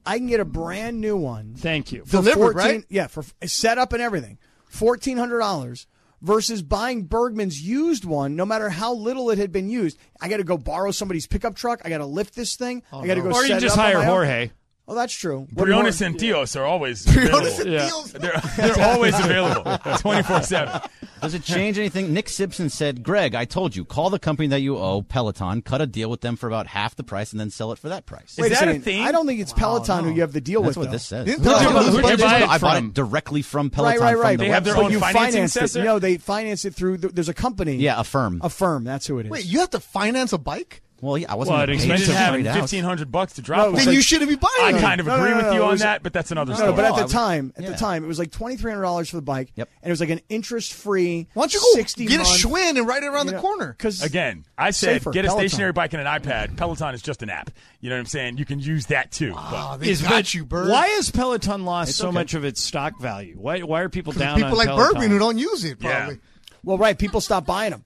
Speaker 4: I can get a brand new one
Speaker 1: Thank you.
Speaker 4: for
Speaker 2: Delivered,
Speaker 4: 14,
Speaker 2: right?
Speaker 4: Yeah, for set up and everything, fourteen hundred dollars versus buying Bergman's used one, no matter how little it had been used. I got to go borrow somebody's pickup truck. I got to lift this thing.
Speaker 5: Oh,
Speaker 4: I got to go.
Speaker 1: or
Speaker 4: set
Speaker 1: you
Speaker 4: it
Speaker 1: just
Speaker 4: up on
Speaker 1: hire
Speaker 4: my own.
Speaker 1: Jorge.
Speaker 4: Oh, that's true. What do you
Speaker 3: Briones
Speaker 4: want?
Speaker 3: and Dios are always
Speaker 2: Jonas
Speaker 3: available.
Speaker 2: and
Speaker 1: Yeah.
Speaker 2: Diels.
Speaker 3: They're, they're always available 24 7.
Speaker 5: Does it change anything? Nick Simpson said, "Greg, I told you, call the company that you owe, Peloton, cut a deal with them for about half the price, and then sell it for that price."
Speaker 4: Wait
Speaker 3: Is that a
Speaker 4: second.
Speaker 3: thing?
Speaker 4: I don't think it's Peloton who you have the deal
Speaker 5: That's
Speaker 4: with.
Speaker 5: what
Speaker 4: though.
Speaker 5: this says.
Speaker 2: Didn't Peloton lose
Speaker 5: I
Speaker 1: budget?
Speaker 5: bought
Speaker 1: From-
Speaker 5: it directly from
Speaker 4: Right,
Speaker 5: Peloton.
Speaker 4: right,
Speaker 5: from
Speaker 4: right.
Speaker 5: the
Speaker 3: They have their
Speaker 5: website.
Speaker 4: But
Speaker 3: own
Speaker 4: you
Speaker 3: financing
Speaker 4: financed it.
Speaker 3: sensor?
Speaker 4: No, they finance it through. There's a company.
Speaker 5: Yeah, a firm.
Speaker 4: a firm. That's who it is.
Speaker 2: Wait, you have to finance a bike?
Speaker 5: well, yeah, I wasn't gonna
Speaker 1: Well, it
Speaker 5: pay
Speaker 3: You
Speaker 1: expenses
Speaker 5: to
Speaker 3: didn't have
Speaker 5: ride out.
Speaker 3: 1500 bucks to drop
Speaker 4: No,
Speaker 3: one.
Speaker 2: Then you shouldn't be buying.
Speaker 3: I
Speaker 2: them.
Speaker 3: kind of
Speaker 4: No, no,
Speaker 3: agree
Speaker 4: no,
Speaker 3: with
Speaker 4: no,
Speaker 3: you
Speaker 4: it
Speaker 3: on
Speaker 4: was-
Speaker 3: that, but that's another
Speaker 4: No,
Speaker 3: story.
Speaker 4: no, but
Speaker 5: Oh,
Speaker 4: at
Speaker 5: I
Speaker 4: the
Speaker 5: was-
Speaker 4: time, at the
Speaker 5: yeah.
Speaker 4: time, it was like twenty three hundred dollars for the bike,
Speaker 5: Yep.
Speaker 4: and it was like an interest free.
Speaker 2: Why don't you go
Speaker 4: sixty
Speaker 2: get a
Speaker 4: month,
Speaker 2: Schwinn and ride it around the corner?
Speaker 4: Because
Speaker 3: Again, I said
Speaker 4: Safer,
Speaker 3: get a
Speaker 4: Peloton.
Speaker 3: stationary bike and an iPad. Peloton is just an app. You know what I'm saying? You can use that too.
Speaker 2: Oh,
Speaker 4: Ah,
Speaker 3: But
Speaker 2: they got you, Berg.
Speaker 1: Why has Peloton lost so much of its stock value? Why, why are people down
Speaker 2: People
Speaker 1: on
Speaker 2: like
Speaker 1: Peloton?
Speaker 2: Bergman who don't use it,
Speaker 3: Yeah.
Speaker 2: probably.
Speaker 4: well, right, people stopped buying them.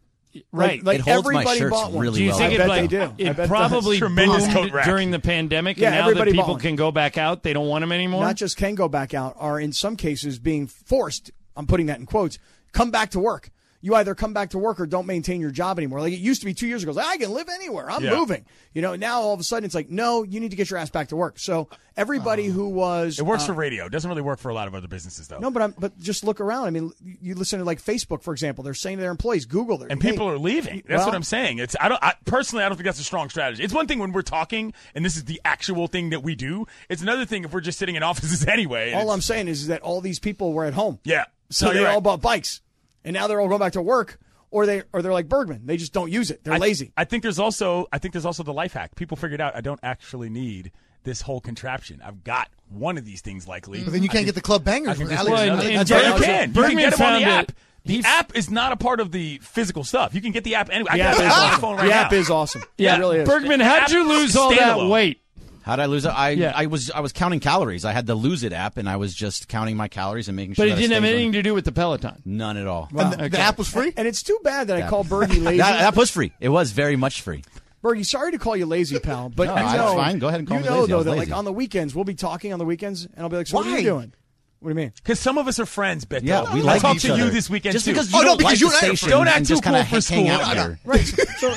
Speaker 1: Right.
Speaker 4: like,
Speaker 5: It holds my
Speaker 4: everybody
Speaker 5: shirts
Speaker 4: bought one.
Speaker 5: really
Speaker 1: do you
Speaker 5: well.
Speaker 1: think
Speaker 5: I
Speaker 1: it,
Speaker 4: bet
Speaker 1: like,
Speaker 4: they do. I
Speaker 1: it
Speaker 4: bet
Speaker 1: probably
Speaker 4: that's
Speaker 3: tremendous
Speaker 1: boomed
Speaker 3: coat rack.
Speaker 1: during the pandemic,
Speaker 4: Yeah,
Speaker 1: and now that
Speaker 4: everybody
Speaker 1: people
Speaker 4: bought.
Speaker 1: can go back out, they don't want them anymore?
Speaker 4: not just can go back out are in some cases being forced. I'm putting that in quotes. Come back to work. You either come back to work or don't maintain your job anymore. Like it used to be two years ago, it's like, I can live anywhere. I'm
Speaker 3: Yeah.
Speaker 4: moving. You know, now all of a sudden it's like, no, you need to get your ass back to work. So everybody who was
Speaker 3: Oh.
Speaker 4: uh,
Speaker 3: it works
Speaker 5: Uh,
Speaker 3: for radio. It doesn't really work for a lot of other businesses though.
Speaker 4: No, but I'm, but just look around. I mean, you listen to like Facebook, for example. They're saying to their employees, Google their
Speaker 3: and people are leaving. That's
Speaker 4: well-
Speaker 3: what I'm saying. It's I don't I, personally I don't think that's a strong strategy. It's one thing when we're talking and this is the actual thing that we do. It's another thing if we're just sitting in offices anyway. and
Speaker 4: All
Speaker 3: it's-
Speaker 4: I'm saying is that all these people were at home.
Speaker 3: yeah.
Speaker 4: So
Speaker 3: No,
Speaker 4: they
Speaker 3: you're
Speaker 4: all
Speaker 3: right.
Speaker 4: bought bikes. and now they're all going back to work, or they or they're like Bergman, they just don't use it. They're
Speaker 3: I-
Speaker 4: lazy.
Speaker 3: I think there's also I think there's also the life hack. People figured out I don't actually need this whole contraption. I've got one of these things likely.
Speaker 2: But then you can't get the club
Speaker 3: I
Speaker 2: bangers
Speaker 3: can
Speaker 2: with
Speaker 3: just-
Speaker 2: Alex.
Speaker 1: Well,
Speaker 2: Jones.
Speaker 1: and-
Speaker 3: Yeah,
Speaker 1: and
Speaker 3: you
Speaker 1: Bergman-
Speaker 3: can. You can
Speaker 1: Bergman
Speaker 3: get them on
Speaker 1: found
Speaker 3: the
Speaker 1: it.
Speaker 3: app. The
Speaker 1: He's-
Speaker 3: app is not a part of the physical stuff. You can get the app anyway. I
Speaker 1: The app
Speaker 3: got it
Speaker 1: is
Speaker 3: on my
Speaker 1: awesome.
Speaker 3: phone right
Speaker 1: The
Speaker 3: now.
Speaker 4: app is awesome.
Speaker 1: Ah! Yeah,
Speaker 4: it really is.
Speaker 1: Bergman, how'd you lose all that
Speaker 3: Standalone.
Speaker 1: weight?
Speaker 5: How did I lose it? I
Speaker 1: Yeah.
Speaker 5: I was I was counting calories. I had the lose it app, and I was just counting my calories and making sure.
Speaker 1: But it
Speaker 5: that
Speaker 1: didn't have
Speaker 5: stays on-
Speaker 1: anything to do with the Peloton.
Speaker 5: None at all.
Speaker 2: And the, the app was free.
Speaker 4: And it's too bad that I call Bergie lazy.
Speaker 5: That, that was free. It was very much free.
Speaker 4: Bergie, sorry to call you lazy, pal, but
Speaker 5: No,
Speaker 4: you
Speaker 5: I-
Speaker 4: know,
Speaker 5: that's fine. Go ahead and call
Speaker 4: you
Speaker 5: me
Speaker 4: know
Speaker 5: lazy. I
Speaker 4: though
Speaker 5: was
Speaker 4: that
Speaker 5: lazy.
Speaker 4: like on the weekends we'll be talking on the weekends, and I'll be like, so what are
Speaker 2: Why?
Speaker 4: you doing? What do you mean?
Speaker 3: Because some of us are friends, Beto.
Speaker 5: Yeah, we
Speaker 3: I
Speaker 5: like
Speaker 3: talked
Speaker 5: each
Speaker 3: to
Speaker 5: other.
Speaker 3: you this weekend
Speaker 5: just
Speaker 3: too.
Speaker 5: because you
Speaker 2: Oh, no,
Speaker 5: don't
Speaker 2: because
Speaker 5: like
Speaker 2: you
Speaker 5: the
Speaker 2: and I are
Speaker 5: station
Speaker 2: friends.
Speaker 3: Don't act
Speaker 5: and
Speaker 3: too
Speaker 5: just kinda
Speaker 3: cool for
Speaker 5: hang
Speaker 3: school.
Speaker 5: out
Speaker 3: No, no.
Speaker 5: here.
Speaker 4: Right. So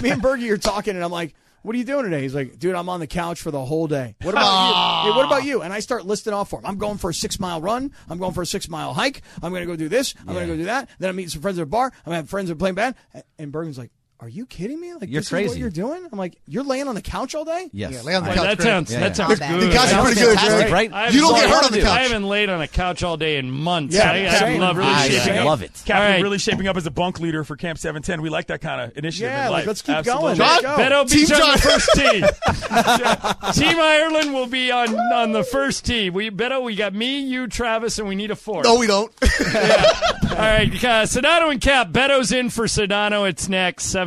Speaker 4: me and Bergie are talking, and I'm like, what are you doing today? He's like, dude, I'm on the couch for the whole day. What about you? Yeah, what about you? And I start listing off for him. I'm going for a six mile run. I'm going for a six mile hike. I'm going to go do this. I'm going to go do that. Then I'm meeting some friends at a bar. I'm going to have friends that are playing band. And Bergman's like, are you kidding me? Like,
Speaker 5: You're
Speaker 4: this is what
Speaker 5: crazy.
Speaker 4: you're doing? I'm like, you're laying on the couch all day?
Speaker 5: Yes.
Speaker 2: Yeah, lay on the
Speaker 5: I-
Speaker 2: couch.
Speaker 1: that
Speaker 2: Greg.
Speaker 1: sounds
Speaker 5: Yeah, yeah.
Speaker 1: that sounds
Speaker 6: Not bad.
Speaker 1: good.
Speaker 2: The couch is
Speaker 5: That was
Speaker 2: pretty good,
Speaker 5: fantastic,
Speaker 2: Greg.
Speaker 5: right?
Speaker 1: I
Speaker 2: You
Speaker 1: haven't
Speaker 2: don't get
Speaker 1: laid-
Speaker 2: hurt on the
Speaker 1: I
Speaker 2: couch.
Speaker 1: haven't laid on a couch all day in months.
Speaker 4: Yeah,
Speaker 1: I, I
Speaker 4: same.
Speaker 1: love
Speaker 4: Really
Speaker 1: this.
Speaker 5: I
Speaker 3: shaping
Speaker 5: love it.
Speaker 3: Captain
Speaker 1: All right.
Speaker 3: really shaping up as a bunk leader for Camp 710. We like that kind of initiative.
Speaker 4: Yeah,
Speaker 3: in
Speaker 4: like,
Speaker 3: life.
Speaker 4: let's keep going.
Speaker 3: Absolutely.
Speaker 4: Let's
Speaker 2: John,
Speaker 4: go.
Speaker 1: Beto
Speaker 2: Team
Speaker 1: Beach on
Speaker 2: John.
Speaker 1: the first tee. Team Ireland will be on, on the first tee. We Beto, we got me, you, Travis, and we need a fourth.
Speaker 2: No, we don't.
Speaker 1: All right, uh, Sedano and Cap. Beto's in for Sedano. It's next, E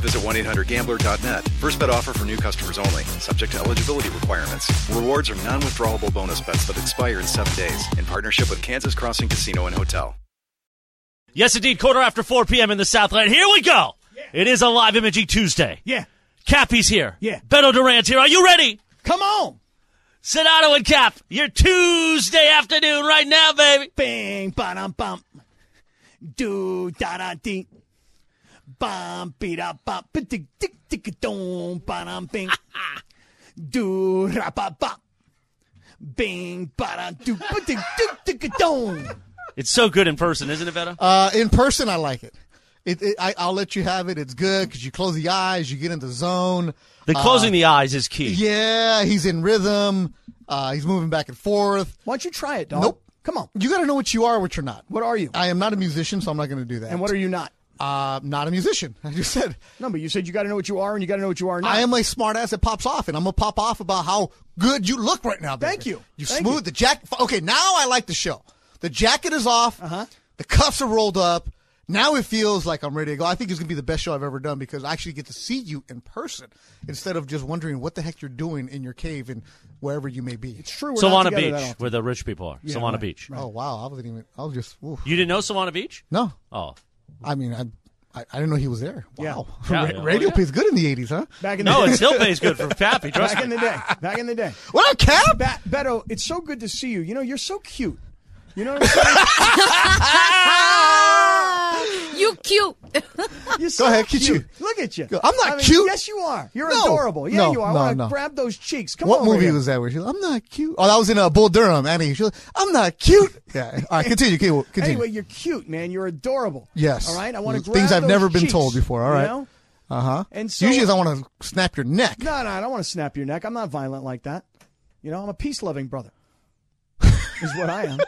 Speaker 7: visit 1 800 Gambler.net. First bet offer for new customers only, subject to eligibility requirements. Rewards are non withdrawable bonus bets that expire in seven days in partnership with Kansas Crossing Casino and Hotel.
Speaker 8: Yes, indeed. Quarter after 4 p.m. in the Southland. Here we go. It is a live imaging Tuesday.
Speaker 4: Yeah.
Speaker 8: Cappy's here.
Speaker 4: Yeah.
Speaker 8: Beto Durant's here. Are you ready?
Speaker 4: Come on.
Speaker 8: Sonato and Cap, your Tuesday afternoon right now, baby.
Speaker 4: Bing, ba dum bump. Do da da ding. Bum, be da bop. Ba dick, dick, dick, dong, ba dum bing. Do ra ba bop. Bing, ba da do, ba dick, dick, dick, dong.
Speaker 8: It's so good in person, isn't it, Beto?
Speaker 2: Uh, in person, I like it. It, it I, I'll let you have it. It's good because you close the eyes, you get in the zone. Uh,
Speaker 8: the closing the eyes is key.
Speaker 2: Yeah, he's in rhythm. Uh, he's moving back and forth.
Speaker 4: Why don't you try it, dog?
Speaker 2: Nope.
Speaker 4: Come on.
Speaker 2: You got to know what you are, what you're not.
Speaker 4: What are you?
Speaker 2: I am not a musician, so I'm not going to do that.
Speaker 4: and what are you not?
Speaker 2: Uh, not a musician. I just said
Speaker 4: No, but you said you got to know what you are and you got to know what you are not.
Speaker 2: I am a smart ass that pops off, and I'm gonna pop off about how good you look right now. Baker.
Speaker 4: Thank you.
Speaker 2: You
Speaker 4: Thank
Speaker 2: smooth
Speaker 4: you.
Speaker 2: the jacket. Okay, now I like the show. The jacket is off. Uh-huh. The cuffs are rolled up. Now it feels like I'm ready to go. I think it's gonna be the best show I've ever done because I actually get to see you in person instead of just wondering what the heck you're doing in your cave and wherever you may be.
Speaker 4: It's true. We're
Speaker 8: Solana
Speaker 4: not together that
Speaker 8: Beach,
Speaker 4: often.
Speaker 8: where the rich people are. Solana
Speaker 4: right,
Speaker 8: Beach.
Speaker 2: Oh wow, I wasn't even. I was just. oof.
Speaker 8: You didn't know Solana Beach?
Speaker 2: No,
Speaker 8: Oh.
Speaker 2: I mean I. I, I didn't know he was there.
Speaker 4: Yeah.
Speaker 2: Wow,
Speaker 8: Yeah,
Speaker 2: Ra-
Speaker 8: yeah.
Speaker 2: radio
Speaker 8: Oh, yeah.
Speaker 2: plays good in the '80s, huh?
Speaker 4: Back in the
Speaker 8: No,
Speaker 4: day.
Speaker 8: it still pays good for Cappy. Trust
Speaker 4: Back in
Speaker 8: me.
Speaker 4: the day. Back in the day.
Speaker 2: What up, Cap?
Speaker 4: Ba- Beto, it's so good to see you. You know, you're so cute. You know what I'm saying?
Speaker 6: You cute.
Speaker 4: You're so
Speaker 2: ahead, get
Speaker 4: cute.
Speaker 2: you.
Speaker 4: Look at you.
Speaker 2: Go- I'm not
Speaker 4: I mean,
Speaker 2: cute.
Speaker 4: Yes, you are. You're
Speaker 2: No.
Speaker 4: adorable. Yeah,
Speaker 2: No,
Speaker 4: you are. I
Speaker 2: no,
Speaker 4: want to
Speaker 2: no.
Speaker 4: grab those cheeks. Come
Speaker 2: What
Speaker 4: on.
Speaker 2: movie was that where she was, I'm not cute? Oh, that was in uh, Bull Durham. Annie, she was, I'm not cute. Yeah. All right, continue. Continue. continue.
Speaker 4: Anyway, you're cute, man. You're adorable.
Speaker 2: Yes.
Speaker 4: All right. I want to grab
Speaker 2: Things I've
Speaker 4: those
Speaker 2: never been
Speaker 4: cheeks,
Speaker 2: told before. All right.
Speaker 4: You know?
Speaker 2: Uh huh.
Speaker 4: And so-
Speaker 2: usually, I want to snap your neck.
Speaker 4: No, no, I don't want to snap your neck. I'm not violent like that. You know, I'm a peace loving brother. is what I am.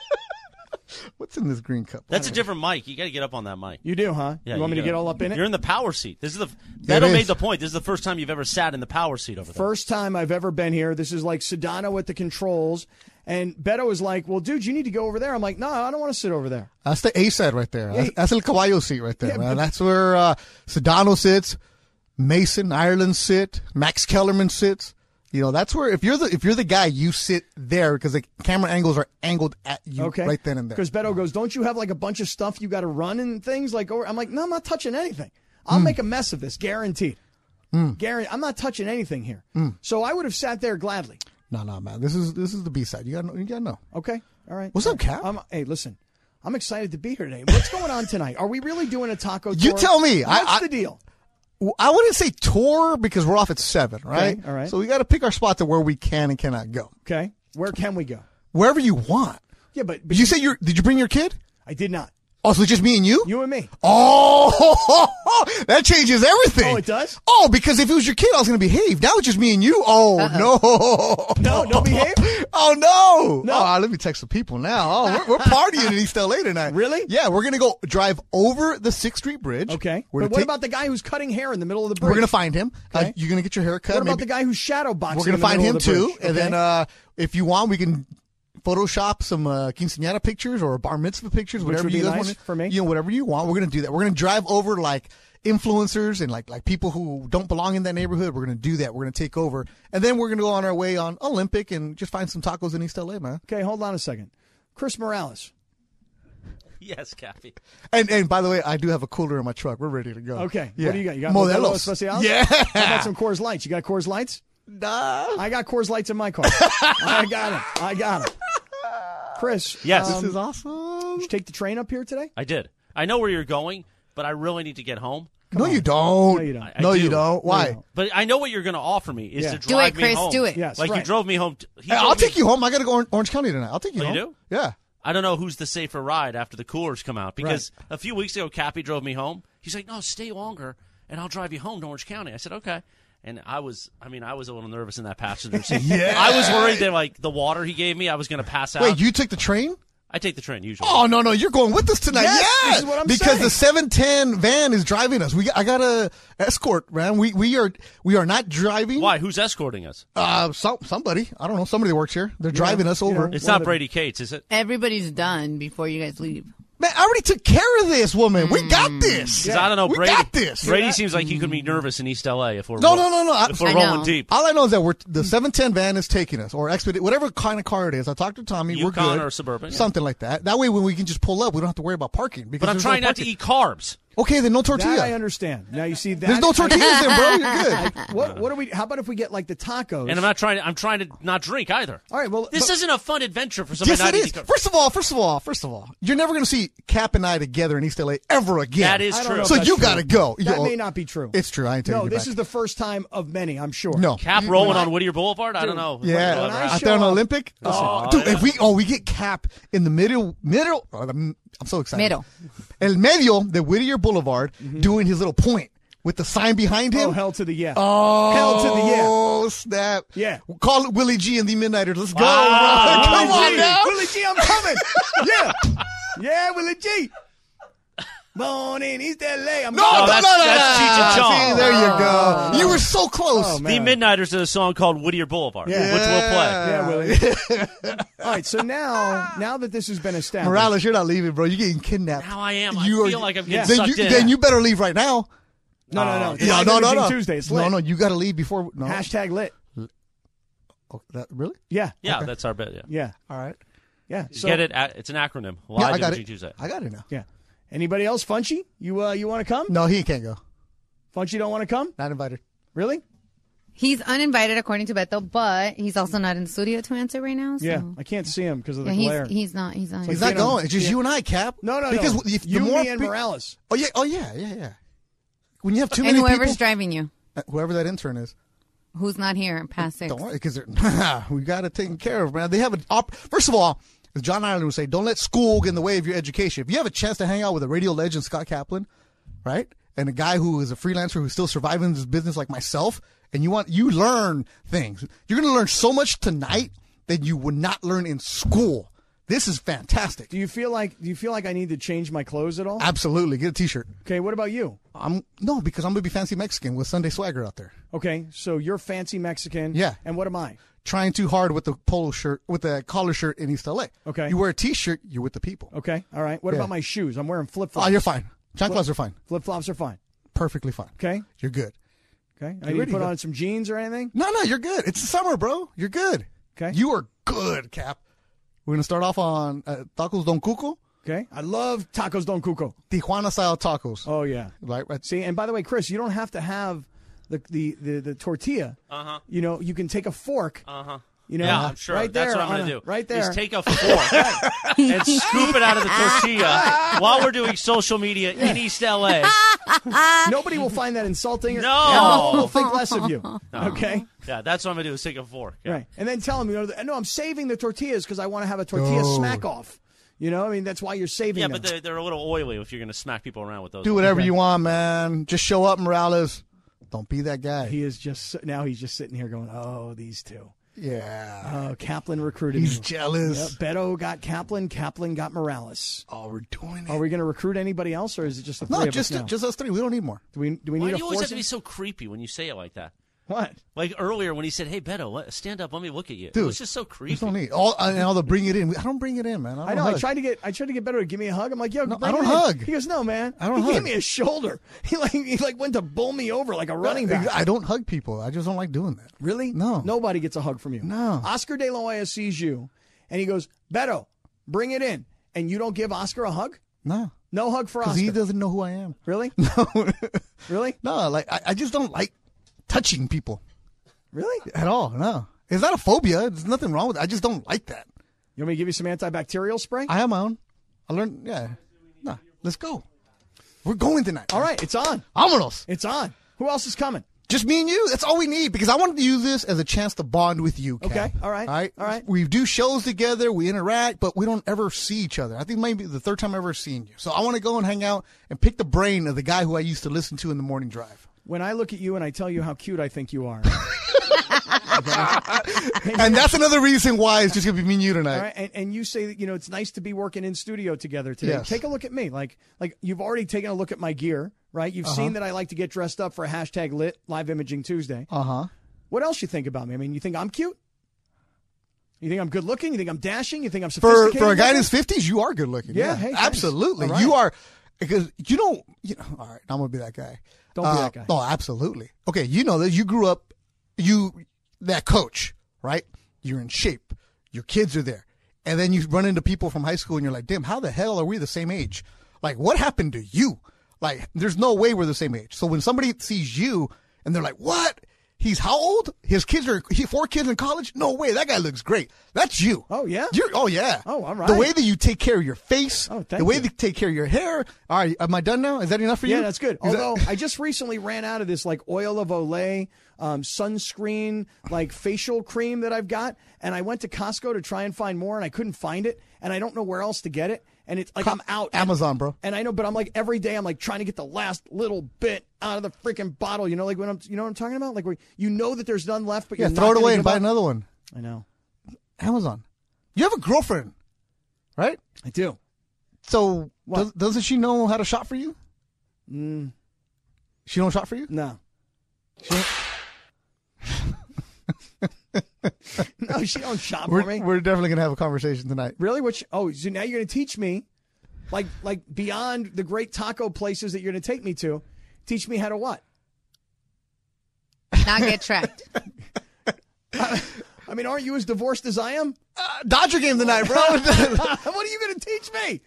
Speaker 2: What's in this green cup?
Speaker 8: That's a different mic. You got to get up on that mic.
Speaker 4: You do, huh?
Speaker 8: Yeah,
Speaker 4: you want me to
Speaker 8: gotta-
Speaker 4: get all up in it?
Speaker 8: You're in the power seat. This is the Beto
Speaker 2: it
Speaker 8: made
Speaker 2: is.
Speaker 8: the point. This is the first time you've ever sat in the power seat over there.
Speaker 4: First time I've ever been here. This is like Sedano at the controls. And Beto is like, well, dude, you need to go over there. I'm like, no, I don't want to sit over there.
Speaker 2: That's the A side right there. That's,
Speaker 4: he-
Speaker 2: that's El Caballo seat right there,
Speaker 4: Yeah,
Speaker 2: man.
Speaker 4: but-
Speaker 2: That's where uh, Sedano sits, Mason Ireland sit, Max Kellerman sits. You know, that's where if you're the if you're the guy, you sit there because the camera angles are angled at you
Speaker 4: Okay.
Speaker 2: right then and there.
Speaker 4: Because Beto goes, don't you have like a bunch of stuff you got to run and things like over? I'm like, no, I'm not touching anything. I'll
Speaker 2: Hmm.
Speaker 4: make a mess of this, guaranteed. Guaranteed. I'm not touching anything here. So I would have sat there gladly.
Speaker 2: Hmm. No, no, man. This is this is the B side. You gotta know. You gotta know.
Speaker 4: Okay. All right.
Speaker 2: What's up, Cap?
Speaker 4: I'm, hey, listen. I'm excited to be here today. What's going on tonight? Are we really doing a taco tour?
Speaker 2: You tell me. I-
Speaker 4: What's
Speaker 2: I-
Speaker 4: the deal?
Speaker 2: Well, I wouldn't say tour because we're off at seven, right?
Speaker 4: Okay, all right.
Speaker 2: So we got to pick our spots of where we can and cannot go.
Speaker 4: Okay. Where can we go?
Speaker 2: Wherever you want.
Speaker 4: Yeah, but,
Speaker 2: Did you say you did you bring your kid?
Speaker 4: I did not.
Speaker 2: Oh, so just me and you?
Speaker 4: You and me.
Speaker 2: Oh, that changes everything.
Speaker 4: Oh, it does?
Speaker 2: Oh, because if it was your kid, I was going to behave. Now it's just me and you. Oh, no.
Speaker 4: No, no behave.
Speaker 2: Oh, no.
Speaker 4: No.
Speaker 2: Oh, all right, let me text the people now. Oh, we're, we're partying in East LA tonight.
Speaker 4: Really?
Speaker 2: Yeah, we're going to go drive over the 6th Street Bridge.
Speaker 4: Okay.
Speaker 2: We're
Speaker 4: but
Speaker 2: gonna
Speaker 4: what
Speaker 2: take-
Speaker 4: about the guy who's cutting hair in the middle of the bridge?
Speaker 2: We're going to find him.
Speaker 4: Okay.
Speaker 2: Uh, you're going to get your hair cut.
Speaker 4: What about
Speaker 2: maybe-
Speaker 4: the guy who's shadow boxing?
Speaker 2: We're going
Speaker 4: in
Speaker 2: to
Speaker 4: the
Speaker 2: find
Speaker 4: middle
Speaker 2: him
Speaker 4: of the
Speaker 2: too.
Speaker 4: bridge?
Speaker 2: And then
Speaker 4: Okay.
Speaker 2: uh, if you want, we can Photoshop some uh, quinceanera pictures or bar mitzvah pictures,
Speaker 4: Which
Speaker 2: whatever
Speaker 4: would
Speaker 2: you
Speaker 4: be
Speaker 2: guys
Speaker 4: nice
Speaker 2: want.
Speaker 4: for me.
Speaker 2: You know, whatever you want. We're going to do that. We're going to drive over like influencers and like like people who don't belong in that neighborhood. We're going to do that. We're going to take over, and then we're going to go on our way on Olympic and just find some tacos in East LA, man.
Speaker 4: okay, hold on a second. Chris Morales.
Speaker 8: Yes, Cappy.
Speaker 2: And and by the way, I do have a cooler in my truck. We're ready to go.
Speaker 4: Okay,
Speaker 2: Yeah.
Speaker 4: what do you got? You got Modelo
Speaker 2: Modelos.
Speaker 4: Especial?
Speaker 2: Yeah.
Speaker 4: How about some Coors Lights? You got Coors Lights?
Speaker 2: Nah.
Speaker 4: I got Coors Lights in my car. I got it. I got it. Chris.
Speaker 8: Yes.
Speaker 4: um,
Speaker 2: This is awesome.
Speaker 4: did you take the train up here today?
Speaker 8: I did. I know where you're going, but I really need to get home.
Speaker 2: No, you don't.
Speaker 4: No, you don't. I-
Speaker 8: I
Speaker 2: No, you
Speaker 8: do.
Speaker 2: don't. Why?
Speaker 4: don't.
Speaker 8: But I know what you're going to offer me is
Speaker 4: Yeah.
Speaker 8: to
Speaker 4: Do
Speaker 8: drive
Speaker 6: it,
Speaker 8: me
Speaker 6: Chris,
Speaker 8: home.
Speaker 6: do it.
Speaker 4: Yes,
Speaker 8: like you
Speaker 4: right.
Speaker 8: drove me home. t- he
Speaker 2: Hey,
Speaker 8: drove
Speaker 2: I'll
Speaker 8: me-
Speaker 2: take you home. I got to go Orange- Orange County tonight. I'll take you
Speaker 8: Oh,
Speaker 2: home.
Speaker 8: you do?
Speaker 2: Yeah.
Speaker 8: I don't know who's the safer ride after the coolers come out because a few weeks ago Cappy drove me home. He's like, "No, stay longer, and I'll drive you home to Orange County." I said, "Okay." And I was, I mean, I was a little nervous in that passenger seat. yeah. I was worried that like the water he gave me, I was going to pass out.
Speaker 2: Wait, you took the train?
Speaker 8: I take the train usually.
Speaker 2: Oh no, no, you're going with us tonight.
Speaker 4: Yes,
Speaker 2: yeah,
Speaker 4: this is what I'm
Speaker 2: because
Speaker 4: saying.
Speaker 2: the 710 van is driving us. We I got to escort, man. We we are we are not driving.
Speaker 8: Why? Who's escorting us?
Speaker 2: Uh, some, somebody. I don't know. Somebody that works here. They're driving us over.
Speaker 8: It's not Brady Cates, is it?
Speaker 6: Everybody's done before you guys leave.
Speaker 2: Man, I already took care of this woman.
Speaker 8: Hmm.
Speaker 2: We got Mm. this.
Speaker 8: 'Cause I don't know.
Speaker 2: We
Speaker 8: Brady,
Speaker 2: got this.
Speaker 8: Brady seems like he could be nervous in East LA if we're
Speaker 2: No,
Speaker 8: roll-
Speaker 2: no, no, no. I-
Speaker 8: if we're
Speaker 6: I
Speaker 8: rolling
Speaker 6: know.
Speaker 8: deep.
Speaker 2: All I know is that we're the 710 van is taking us or expedite whatever kind of car it is. I talked to Tommy. we're
Speaker 8: Yukon
Speaker 2: good.
Speaker 8: or Suburban, yeah.
Speaker 2: something like that. That way, when we can just pull up, we don't have to worry about parking. Because
Speaker 8: But I'm
Speaker 2: there's no
Speaker 8: trying not to
Speaker 2: parking.
Speaker 8: eat carbs.
Speaker 2: Okay, then no tortilla.
Speaker 4: That I understand. Now you see that.
Speaker 2: There's no tortillas there, bro. You're good.
Speaker 4: What, what are we? How about if we get like the tacos?
Speaker 8: And I'm not trying. To, I'm trying to not drink either.
Speaker 4: All right, well,
Speaker 8: this
Speaker 4: but-
Speaker 8: isn't a fun adventure for somebody
Speaker 2: Yes,
Speaker 8: not
Speaker 2: it
Speaker 8: eating
Speaker 2: is.
Speaker 8: carbs.
Speaker 2: First of all, first of all, first of all, you're never going to see Cap and I together in East LA ever again.
Speaker 8: That is
Speaker 4: I don't
Speaker 8: true.
Speaker 4: know if
Speaker 2: So
Speaker 4: that's
Speaker 2: you
Speaker 4: true.
Speaker 2: gotta go.
Speaker 4: That
Speaker 2: You-
Speaker 4: may not be true.
Speaker 2: It's true. I ain't taking
Speaker 4: no,
Speaker 2: it
Speaker 4: this
Speaker 2: back.
Speaker 4: is the first time of many, I'm sure.
Speaker 2: No.
Speaker 8: Cap
Speaker 2: You-
Speaker 8: rolling on Whittier Boulevard. I don't know.
Speaker 2: Yeah,
Speaker 8: Whatever.
Speaker 4: when I
Speaker 2: out
Speaker 4: show
Speaker 2: there on
Speaker 4: up-
Speaker 2: Olympic. Oh, dude, if we oh we get Cap in the middle middle. oh, I'm I'm so excited.
Speaker 6: Middle.
Speaker 2: El medio, the Whittier Boulevard, doing his little point with the sign behind him.
Speaker 4: Mm-hmm. Oh, hell to the yeah.
Speaker 2: Oh,
Speaker 4: Hell to the yeah.
Speaker 2: Oh snap!
Speaker 4: Yeah.
Speaker 2: call it Willie G and the Midnighters. Let's go!
Speaker 8: Wow.
Speaker 2: bro. Come
Speaker 4: Willie
Speaker 2: on
Speaker 4: G.
Speaker 2: now.
Speaker 4: Willie G, I'm coming. yeah. Yeah, Willie G. Morning, East LA. I'm
Speaker 2: No,
Speaker 4: coming. Ah.
Speaker 2: no,
Speaker 8: Oh, that's-
Speaker 2: no, no,
Speaker 8: that's
Speaker 2: no.
Speaker 8: Cheech and Chong.
Speaker 2: See, there you go. You were so close.
Speaker 4: Oh, man.
Speaker 8: The Midnighters did a song called Whittier Boulevard,
Speaker 4: Yeah.
Speaker 8: which we'll play.
Speaker 4: Yeah, Willie. All right, so now now that this has been established.
Speaker 2: Morales, you're not leaving, bro. You're getting kidnapped.
Speaker 8: Now I am. I feel like I'm getting
Speaker 2: then
Speaker 8: sucked
Speaker 2: you,
Speaker 8: in.
Speaker 2: Then you better leave right now. Oh.
Speaker 4: No, no, no. It's
Speaker 2: Yeah,
Speaker 4: Live
Speaker 2: no, no,
Speaker 4: Imaging
Speaker 2: no.
Speaker 4: Tuesday. It's
Speaker 2: no,
Speaker 4: lit.
Speaker 2: no. You got to leave before. No.
Speaker 4: Hashtag lit.
Speaker 2: Oh, that, really?
Speaker 4: Yeah.
Speaker 8: Yeah, that's our bet. Yeah,
Speaker 4: Yeah.
Speaker 2: All right.
Speaker 4: Yeah. So,
Speaker 8: get it? At, it's an acronym. Live
Speaker 2: Yeah, I got
Speaker 8: Imaging
Speaker 2: it.
Speaker 8: Tuesday.
Speaker 2: I got it now.
Speaker 4: Yeah. Anybody else, Funchy? You uh, you want to come?
Speaker 2: No, he can't go.
Speaker 4: Funchy don't want to come?
Speaker 2: Not invited.
Speaker 4: Really?
Speaker 6: He's uninvited, according to Beto, but he's also not in the studio to answer right now. So.
Speaker 4: Yeah, I can't see him because of
Speaker 6: Yeah,
Speaker 4: the glare.
Speaker 6: he's, he's not. He's not.
Speaker 2: He's not
Speaker 4: you know,
Speaker 2: going. It's just
Speaker 4: yeah.
Speaker 2: you and I, Cap.
Speaker 4: no, no,
Speaker 2: because
Speaker 4: no.
Speaker 2: if the
Speaker 4: you,
Speaker 2: more
Speaker 4: me, and
Speaker 2: pe-
Speaker 4: Morales.
Speaker 2: Oh yeah, oh yeah, yeah, yeah. When you have too
Speaker 6: and
Speaker 2: many
Speaker 6: whoever's
Speaker 2: people,
Speaker 6: driving you,
Speaker 2: Uh, whoever that intern is,
Speaker 6: who's not here past 6
Speaker 2: don't worry because we got it taken care of, man. They have an op- first of all, as John Ireland would say, don't let school get in the way of your education. If you have a chance to hang out with a radio legend, Scott Kaplan, right, and a guy who is a freelancer who's still surviving this business like myself, and you want you learn things, you're going to learn so much tonight that you would not learn in school. This is fantastic.
Speaker 4: Do you feel like do you feel like I need to change my clothes at all?
Speaker 2: Absolutely, get a T-shirt.
Speaker 4: Okay, what about you?
Speaker 2: I'm no because I'm gonna be fancy Mexican with Sunday swagger out there,
Speaker 4: Okay, so you're fancy Mexican.
Speaker 2: Yeah.
Speaker 4: And what am I?
Speaker 2: trying too hard with the polo shirt with the collar shirt in East LA.
Speaker 4: Okay.
Speaker 2: you wear a T-shirt, you're with the people.
Speaker 4: Okay, all right. What
Speaker 2: Yeah.
Speaker 4: about my shoes? I'm wearing flip
Speaker 2: Oh,
Speaker 4: flops.
Speaker 2: you're fine. John Claus are fine,
Speaker 4: Flip flops are fine.
Speaker 2: perfectly fine.
Speaker 4: Okay,
Speaker 2: you're good.
Speaker 4: okay. I
Speaker 2: You're
Speaker 4: need
Speaker 2: ready
Speaker 4: to put
Speaker 2: to-
Speaker 4: on some jeans or anything.
Speaker 2: No, no, you're good. It's the summer, bro. You're good.
Speaker 4: Okay.
Speaker 2: you are good, Cap. We're gonna start off on uh, tacos don cuco,
Speaker 4: Okay, I love tacos don cuco.
Speaker 2: Tijuana style tacos. uh,
Speaker 4: Oh yeah.
Speaker 2: Right, right.
Speaker 4: See, and by the way, Chris, you don't have to have the the the, the tortilla. Uh
Speaker 8: Uh-huh.
Speaker 4: huh. You know, you can take a fork. Uh huh. You know,
Speaker 8: Yeah, I'm sure.
Speaker 4: Right
Speaker 8: That's
Speaker 4: there
Speaker 8: what I'm
Speaker 4: on
Speaker 8: going
Speaker 4: a-
Speaker 8: to do.
Speaker 4: Right there.
Speaker 8: Is take a fork and scoop it out of the tortilla while we're doing social media in East Uh-huh. LA.
Speaker 4: Nobody will find that insulting. Or,
Speaker 8: No.
Speaker 4: We'll think less of you. Okay.
Speaker 8: Yeah, that's what I'm going to do is take a fork. Yeah.
Speaker 4: Right. And then tell them, you know, no, I'm saving the tortillas because I want to have a tortilla
Speaker 2: Dude.
Speaker 4: smack off. You know, I mean, that's why you're saving
Speaker 8: Yeah,
Speaker 4: them.
Speaker 8: but they're, they're a little oily if you're going to smack people around with those.
Speaker 2: Do whatever you want, man. Just show up, Morales. Don't be that guy.
Speaker 4: he is just now he's just sitting here going, oh, these two.
Speaker 2: yeah,
Speaker 4: Oh, Kaplan recruited.
Speaker 2: Uh, he's
Speaker 4: me. Yep,
Speaker 2: jealous.
Speaker 4: Beto got Kaplan. Kaplan got Morales.
Speaker 2: Oh, we're doing it.
Speaker 4: Are we going to recruit anybody else, or is it just the three
Speaker 2: no,
Speaker 4: of
Speaker 2: just
Speaker 4: us now?
Speaker 2: just us three. We don't need more.
Speaker 4: do we do we
Speaker 8: Why
Speaker 4: need
Speaker 8: do
Speaker 4: a
Speaker 8: you always have to
Speaker 4: foursome?
Speaker 8: be so creepy when you say it like that?
Speaker 4: What?
Speaker 8: Like earlier when he said, "Hey Beto, what, stand up, let me look at you."
Speaker 2: Dude,
Speaker 8: it was just so
Speaker 2: We just don't
Speaker 8: creepy.
Speaker 2: need all uh, and all the bring it in. I don't bring it in, man. I, don't
Speaker 4: I know. I
Speaker 2: hug.
Speaker 4: tried to get. I tried to get better. to Give me a hug. I'm like, yo,
Speaker 2: No,
Speaker 4: bring
Speaker 2: I don't
Speaker 4: it in.
Speaker 2: hug.
Speaker 4: He goes, no, man.
Speaker 2: I don't
Speaker 4: he gave
Speaker 2: hug. Uh,
Speaker 4: me a shoulder. He like he like went to bowl me over like a running back.
Speaker 2: I don't hug people. I just don't like doing that.
Speaker 4: Really?
Speaker 2: No.
Speaker 4: Nobody gets a hug from you.
Speaker 2: No.
Speaker 4: Oscar De La Hoya sees you, and he goes, Beto, bring it in, and you don't give Oscar a hug.
Speaker 2: No,
Speaker 4: No hug for
Speaker 2: because
Speaker 4: Oscar.
Speaker 2: he doesn't know who I am.
Speaker 4: Really?
Speaker 2: No,
Speaker 4: Really?
Speaker 2: no. Like I, I just don't like touching people
Speaker 4: Really?
Speaker 2: at all. No, it's not a phobia. There's nothing wrong with. it. I just don't like that.
Speaker 4: You want me to give you some antibacterial spray?
Speaker 2: I have my own. I learned. Yeah. No, let's go. We're going tonight.
Speaker 4: All right, it's on.
Speaker 2: Vámonos.
Speaker 4: It's on. Who else is coming?
Speaker 2: Just me and you. That's all we need because I wanted to use this as a chance to bond with you. Kat.
Speaker 4: Okay, all right,
Speaker 2: All right.
Speaker 4: all right.
Speaker 2: We do shows together. We interact, but we don't ever see each other. I think maybe the third time I've ever seen you. So I want to go and hang out and pick the brain of the guy who I used to listen to in the morning drive.
Speaker 4: When I look at you and I tell you how cute I think you are.
Speaker 2: And that's another reason why it's just going to be me and you tonight.
Speaker 4: All right, and, and you say that you know it's nice to be working in studio together today.
Speaker 2: Yes.
Speaker 4: Take a look at me, like like you've already taken a look at my gear, right? You've
Speaker 2: Uh-huh.
Speaker 4: seen that I like to get dressed up for hashtag lit live imaging Tuesday.
Speaker 2: Uh huh.
Speaker 4: What else you think about me? I mean, you think I'm cute? You think I'm good looking? You think I'm dashing? You think I'm
Speaker 2: For
Speaker 4: sophisticated?
Speaker 2: for a guy in
Speaker 4: looking?
Speaker 2: his fifties, you are good looking.
Speaker 4: Yeah, hey, thanks.
Speaker 2: absolutely.
Speaker 4: All right.
Speaker 2: You are because you know. You know. All right, I'm gonna be that guy.
Speaker 4: Don't be that guy.
Speaker 2: Oh, absolutely. Okay, you know that you grew up. You that coach, right? You're in shape. Your kids are there, and then you run into people from high school, and you're like, "Damn, how the hell are we the same age? Like, what happened to you? Like, there's no way we're the same age." So when somebody sees you and they're like, "What?" He's how old? His kids are he four kids in college? No way. That guy looks great. That's you.
Speaker 4: Oh, yeah?
Speaker 2: You're oh yeah.
Speaker 4: Oh, all right.
Speaker 2: The way that you take care of your face,
Speaker 4: Oh, thank
Speaker 2: the way
Speaker 4: you.
Speaker 2: that you take care of your hair. All right, am I done now? Is that enough for you?
Speaker 4: Yeah, that's good.
Speaker 2: Is that-
Speaker 4: Although I just recently ran out of this like oil of Olay um, sunscreen, like facial cream that I've got, and I went to Costco to try and find more, and I couldn't find it, and I don't know where else to get it, and it's like I'm out.
Speaker 2: Amazon, bro.
Speaker 4: And I know, but I'm like every day I'm like trying to get the last little bit out of the freaking bottle. You know, like when I'm, you know what I'm talking about? Like where you know that there's none left, but
Speaker 2: Yeah,
Speaker 4: you're
Speaker 2: throw
Speaker 4: not
Speaker 2: it
Speaker 4: gonna
Speaker 2: away and
Speaker 4: give
Speaker 2: buy
Speaker 4: up.
Speaker 2: another one.
Speaker 4: I know,
Speaker 2: Amazon. You have a girlfriend, right?
Speaker 4: I do.
Speaker 2: So
Speaker 4: What?
Speaker 2: does, doesn't she know how to shop for you? Mm. She don't shop for you.
Speaker 4: No. no, Oh, she don't shop
Speaker 2: We're,
Speaker 4: for me.
Speaker 2: we're definitely gonna have a conversation tonight.
Speaker 4: Really? Which? Oh, so now you're going to teach me, like, like beyond the great taco places that you're going to take me to, teach me how to what?
Speaker 6: Not get tracked.
Speaker 4: I mean, aren't you as divorced as I am?
Speaker 2: Uh, Dodger game tonight, bro.
Speaker 4: what are you going to teach me?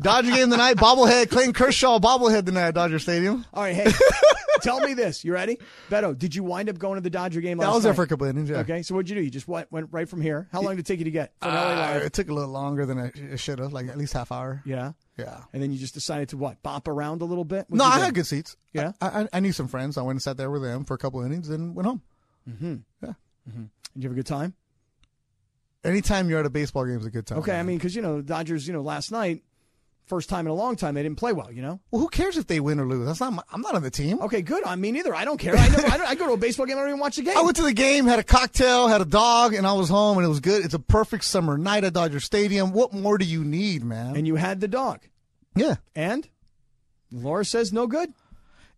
Speaker 2: Dodger game tonight, bobblehead, Clayton Kershaw bobblehead tonight at Dodger Stadium.
Speaker 4: All right, hey, tell me this. You ready, Beto? Did you wind up going to the Dodger game?
Speaker 2: I
Speaker 4: last
Speaker 2: was there
Speaker 4: night?
Speaker 2: for a couple innings. Yeah.
Speaker 4: Okay, so what'd you do? You just went, went right from here. How long did it take you to get from LA
Speaker 2: Uh,
Speaker 4: Live?
Speaker 2: it took a little longer than I- it should have, like at least half hour.
Speaker 4: Yeah,
Speaker 2: Yeah.
Speaker 4: and then you just decided to what? Bop around a little bit. What'd
Speaker 2: No,
Speaker 4: you
Speaker 2: I
Speaker 4: do?
Speaker 2: had good seats.
Speaker 4: Yeah?
Speaker 2: I, I, I knew some friends. I went and sat there with them for a couple innings and went home.
Speaker 4: Mm-hmm. Did you have a good time?
Speaker 2: Anytime you're at a baseball game is a good time.
Speaker 4: Okay, I mean, because you know the Dodgers, you know, last night, first time in a long time, they didn't play well. You know.
Speaker 2: well, who cares if they win or lose? That's not. My, I'm not on the team.
Speaker 4: Okay, good. I mean, either I don't care. I never. I, don't, I go to a baseball game. I don't even watch the game.
Speaker 2: I went to the game, had a cocktail, had a dog, and I was home, and it was good. It's a perfect summer night at Dodger Stadium. What more do you need, man?
Speaker 4: and you had the dog.
Speaker 2: yeah,
Speaker 4: And Laura says no good.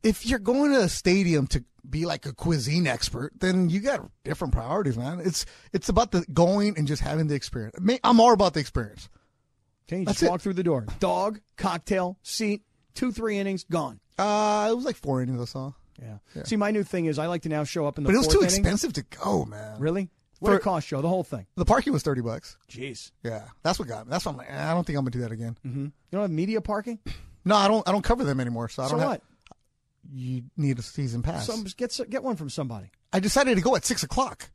Speaker 2: if you're going to a stadium to be like a cuisine expert, then you got different priorities, man. It's it's about the going and just having the experience. Me- I'm all about the experience.
Speaker 4: Okay, you
Speaker 2: That's
Speaker 4: just
Speaker 2: it.
Speaker 4: walk through the door. Dog, cocktail, seat, two, three innings, gone.
Speaker 2: Uh, it was like four innings I saw,
Speaker 4: Yeah. See, my new thing is I like to now show up in the
Speaker 2: but it was
Speaker 4: fourth
Speaker 2: too
Speaker 4: inning.
Speaker 2: expensive to go, man.
Speaker 4: Really? What did it
Speaker 2: For-
Speaker 4: cost, Joe? The whole thing.
Speaker 2: The parking was thirty bucks.
Speaker 4: Jeez.
Speaker 2: Yeah, that's what got me. That's why I'm like, eh, I don't think I'm gonna do that again.
Speaker 4: Mm-hmm. You don't have media parking?
Speaker 2: No, I don't. I don't cover them anymore, so I
Speaker 4: So
Speaker 2: don't.
Speaker 4: what?
Speaker 2: Have, you need a season pass.
Speaker 4: Some, get s- get one from somebody.
Speaker 2: I decided to go at six o'clock.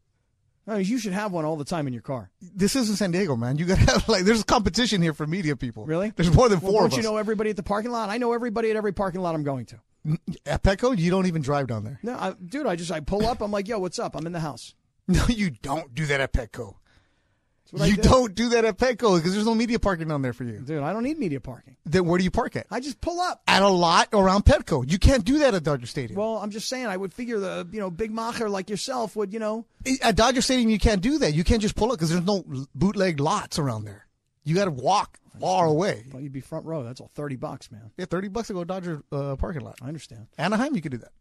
Speaker 4: I mean, you should have one all the time in your car.
Speaker 2: This isn't San Diego, man. You gotta have like there's competition here for media people.
Speaker 4: Really?
Speaker 2: There's more than
Speaker 4: Well,
Speaker 2: four
Speaker 4: don't
Speaker 2: of
Speaker 4: you
Speaker 2: us.
Speaker 4: know everybody at the parking lot? I know everybody at every parking lot I'm going to.
Speaker 2: at Petco, you don't even drive down there.
Speaker 4: No, I, dude, I just I pull up. I'm like, yo, what's up? I'm in the house.
Speaker 2: No, you don't do that at Petco.
Speaker 4: what I
Speaker 2: You
Speaker 4: did.
Speaker 2: don't do that at Petco because there's no media parking down there for you.
Speaker 4: Dude, I don't need media parking.
Speaker 2: Then where do you park at?
Speaker 4: I just pull up.
Speaker 2: At a lot around Petco. You can't do that at Dodger Stadium.
Speaker 4: Well, I'm just saying, I would figure the you know big macher like yourself would you know
Speaker 2: I- at Dodger Stadium, you can't do that. You can't just pull up because there's no l- bootleg lots around there. You got to walk far away.
Speaker 4: thought you'd be front row. That's all thirty bucks, man.
Speaker 2: Yeah, thirty bucks to go to Dodger uh, parking lot.
Speaker 4: I understand.
Speaker 2: Anaheim, you could do that.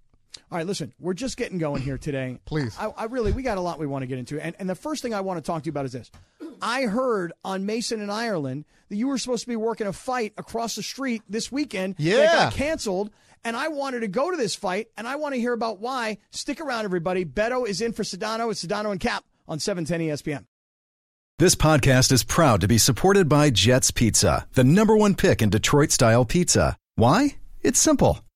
Speaker 4: All right, listen, we're just getting going here today.
Speaker 2: Please.
Speaker 4: I, I really, we got a lot we want to get into. And, and the first thing I want to talk to you about is this. I heard on Mason in Ireland that you were supposed to be working a fight across the street this weekend. That
Speaker 2: Yeah.
Speaker 4: got canceled. And I wanted to go to this fight, and I want to hear about why. Stick around, everybody. Beto is in for Sedano. It's Sedano and Cap on E 710 ESPN.
Speaker 7: This podcast is proud to be supported by Jets Pizza, the number one pick in Detroit style pizza. Why? It's simple.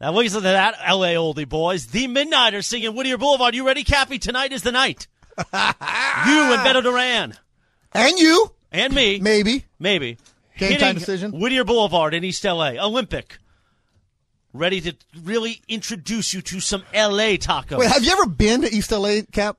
Speaker 8: That listen to that, LA oldie boys. The Midnighters singing Whittier Boulevard. You ready, Cappy? Tonight is the night. you and Beto Duran
Speaker 2: And you,
Speaker 8: and me,
Speaker 2: maybe.
Speaker 8: maybe.
Speaker 2: Game
Speaker 8: hitting
Speaker 2: time decision.
Speaker 8: Whittier Boulevard in East LA, Olympic. Ready to really introduce you to some LA tacos.
Speaker 2: Wait, have you ever been to East LA, Cap?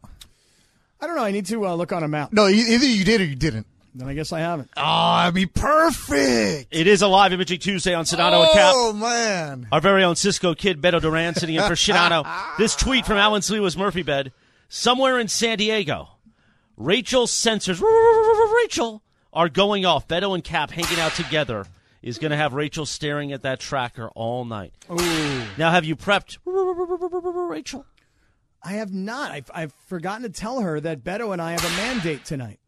Speaker 4: I don't know. I need to uh, look on a map.
Speaker 2: No, you- either you did or you didn't.
Speaker 4: Then I guess I haven't.
Speaker 2: Oh, that'd be perfect.
Speaker 8: it is a live imaging Tuesday on Sedano and Cap.
Speaker 2: Oh man,
Speaker 8: Our very own Cisco kid, Beto Duran, sitting in for Shidano. This tweet from Alan Slee was Murphy Bed. Somewhere in San Diego, Rachel's sensors, Rachel, are going off. Beto and Cap hanging out together is going to have Rachel staring at that tracker all night. Now, have you prepped Rachel?
Speaker 4: I have not. I've, I've forgotten to tell her that Beto and I have a mandate tonight.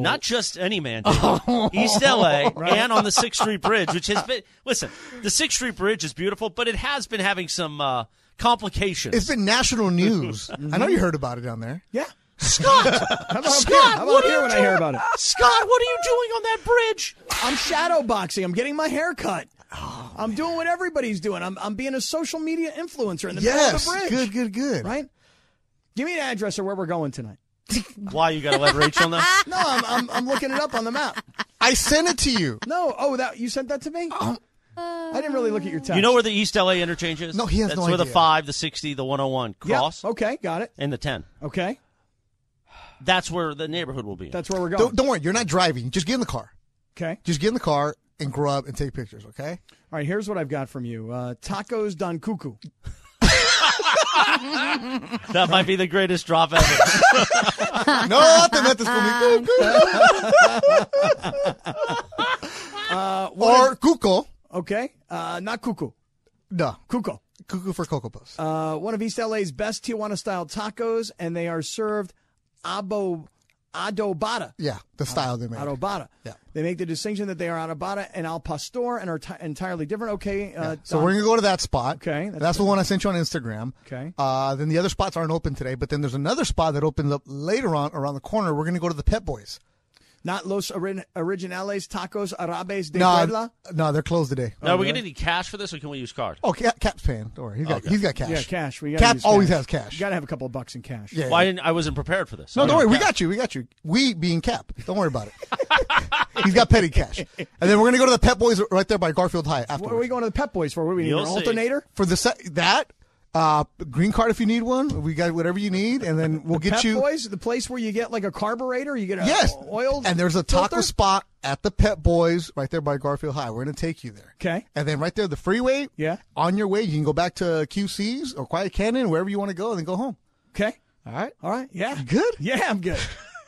Speaker 8: Not just any man, David. East LA and on the Sixth Street Bridge, which has been, listen, the Sixth Street Bridge is beautiful, but it has been having some uh, complications.
Speaker 2: it's been national news. I know you heard about it down there.
Speaker 4: Mm-hmm. Yeah.
Speaker 8: Scott!
Speaker 4: How about up here?
Speaker 8: Scott,
Speaker 4: How about
Speaker 8: what are
Speaker 4: up here
Speaker 8: you
Speaker 4: when I
Speaker 8: doing?
Speaker 4: hear about it?
Speaker 8: Scott, what are you doing on that bridge? Oh,
Speaker 4: I'm shadow boxing. I'm getting my hair cut. I'm doing what everybody's doing. I'm, I'm being a social media influencer in the
Speaker 2: Yes,
Speaker 4: middle of a bridge.
Speaker 2: good, good, good.
Speaker 4: Right? Give me an address or where we're going tonight.
Speaker 8: Why you got to let Rachel know?
Speaker 4: No, I'm, I'm, I'm looking it up on the map.
Speaker 2: I I sent it to you. Um,
Speaker 4: No. Oh, that you sent that to me. I didn't really look at your text.
Speaker 8: You know where the East LA interchange is?
Speaker 2: No, he has
Speaker 8: That's
Speaker 2: no
Speaker 8: where the
Speaker 2: idea.
Speaker 8: 5, the 60, the 101
Speaker 4: Yeah,
Speaker 8: cross,
Speaker 4: Okay, got it.
Speaker 8: and the 10.
Speaker 4: Okay,
Speaker 8: That's where the neighborhood will be.
Speaker 4: that's where we're going.
Speaker 2: Don't, don't worry, you're not driving. Just get in the car.
Speaker 4: okay.
Speaker 2: Just get in the car and grub and take pictures. Okay.
Speaker 4: All right. Here's what I've got from you: uh, tacos don cuckoo.
Speaker 8: that might be the greatest drop ever.
Speaker 2: Nothing at this for me. or Google.
Speaker 4: Uh, Okay, uh, not cuckoo,
Speaker 2: No.
Speaker 4: cuckoo.
Speaker 2: Cuckoo for Cocoa Puffs.
Speaker 4: Uh, one of East LA's best Tijuana style tacos, and they are served abo adobada.
Speaker 2: yeah, the style they made.
Speaker 4: Adobada.
Speaker 2: Yeah.
Speaker 4: They make the distinction that they are adobada and al pastor and are t- entirely different. Okay. Uh,
Speaker 2: So
Speaker 4: Don-
Speaker 2: we're gonna go to that spot.
Speaker 4: Okay, that's
Speaker 2: that's, the one I sent you on Instagram.
Speaker 4: Okay.
Speaker 2: Uh, then the other spots aren't open today, but then there's another spot that opens up later on around the corner. We're gonna go to the Pet Boys.
Speaker 4: Not Los Orin- Originales Tacos Arabes de
Speaker 2: No,
Speaker 4: Puebla.
Speaker 2: no, they're closed today.
Speaker 8: now, are we going to need cash for this, or can we use card?
Speaker 2: Oh, Cap, Cap's paying. Don't worry, he's got he's got cash.
Speaker 4: Yeah, cash. We gotta
Speaker 2: Cap
Speaker 4: use
Speaker 2: always
Speaker 4: cash.
Speaker 2: has cash.
Speaker 4: You got to have a couple of bucks in cash.
Speaker 2: yeah.
Speaker 8: Well, I, didn't, I wasn't prepared for this.
Speaker 2: no, don't worry. We
Speaker 8: Cap.
Speaker 2: got you. We got you. We being Cap. Don't worry about it. He's got petty cash. And then we're gonna go to the Pet Boys right there by Garfield High.
Speaker 4: What
Speaker 2: Afterwards.
Speaker 4: are we going to the Pep Boys for? What do we need? An
Speaker 8: You'll see.
Speaker 4: alternator?
Speaker 2: for the se- that uh, green card if you need one. We got whatever you need, and then we'll get
Speaker 4: Pep
Speaker 2: you.
Speaker 4: Boys? The place where you get like a carburetor? You get a
Speaker 2: Yes,
Speaker 4: oil?
Speaker 2: And there's a taco
Speaker 4: filter?
Speaker 2: spot at the Pet Boys right there by Garfield High. We're gonna take you there.
Speaker 4: Okay.
Speaker 2: And then right there, the freeway.
Speaker 4: Yeah.
Speaker 2: On your way, you can go back to QC's or Quiet Canyon, wherever you want to go, and then go home.
Speaker 4: Okay.
Speaker 2: All right.
Speaker 4: All right. Yeah.
Speaker 2: You good?
Speaker 4: Yeah, I'm good.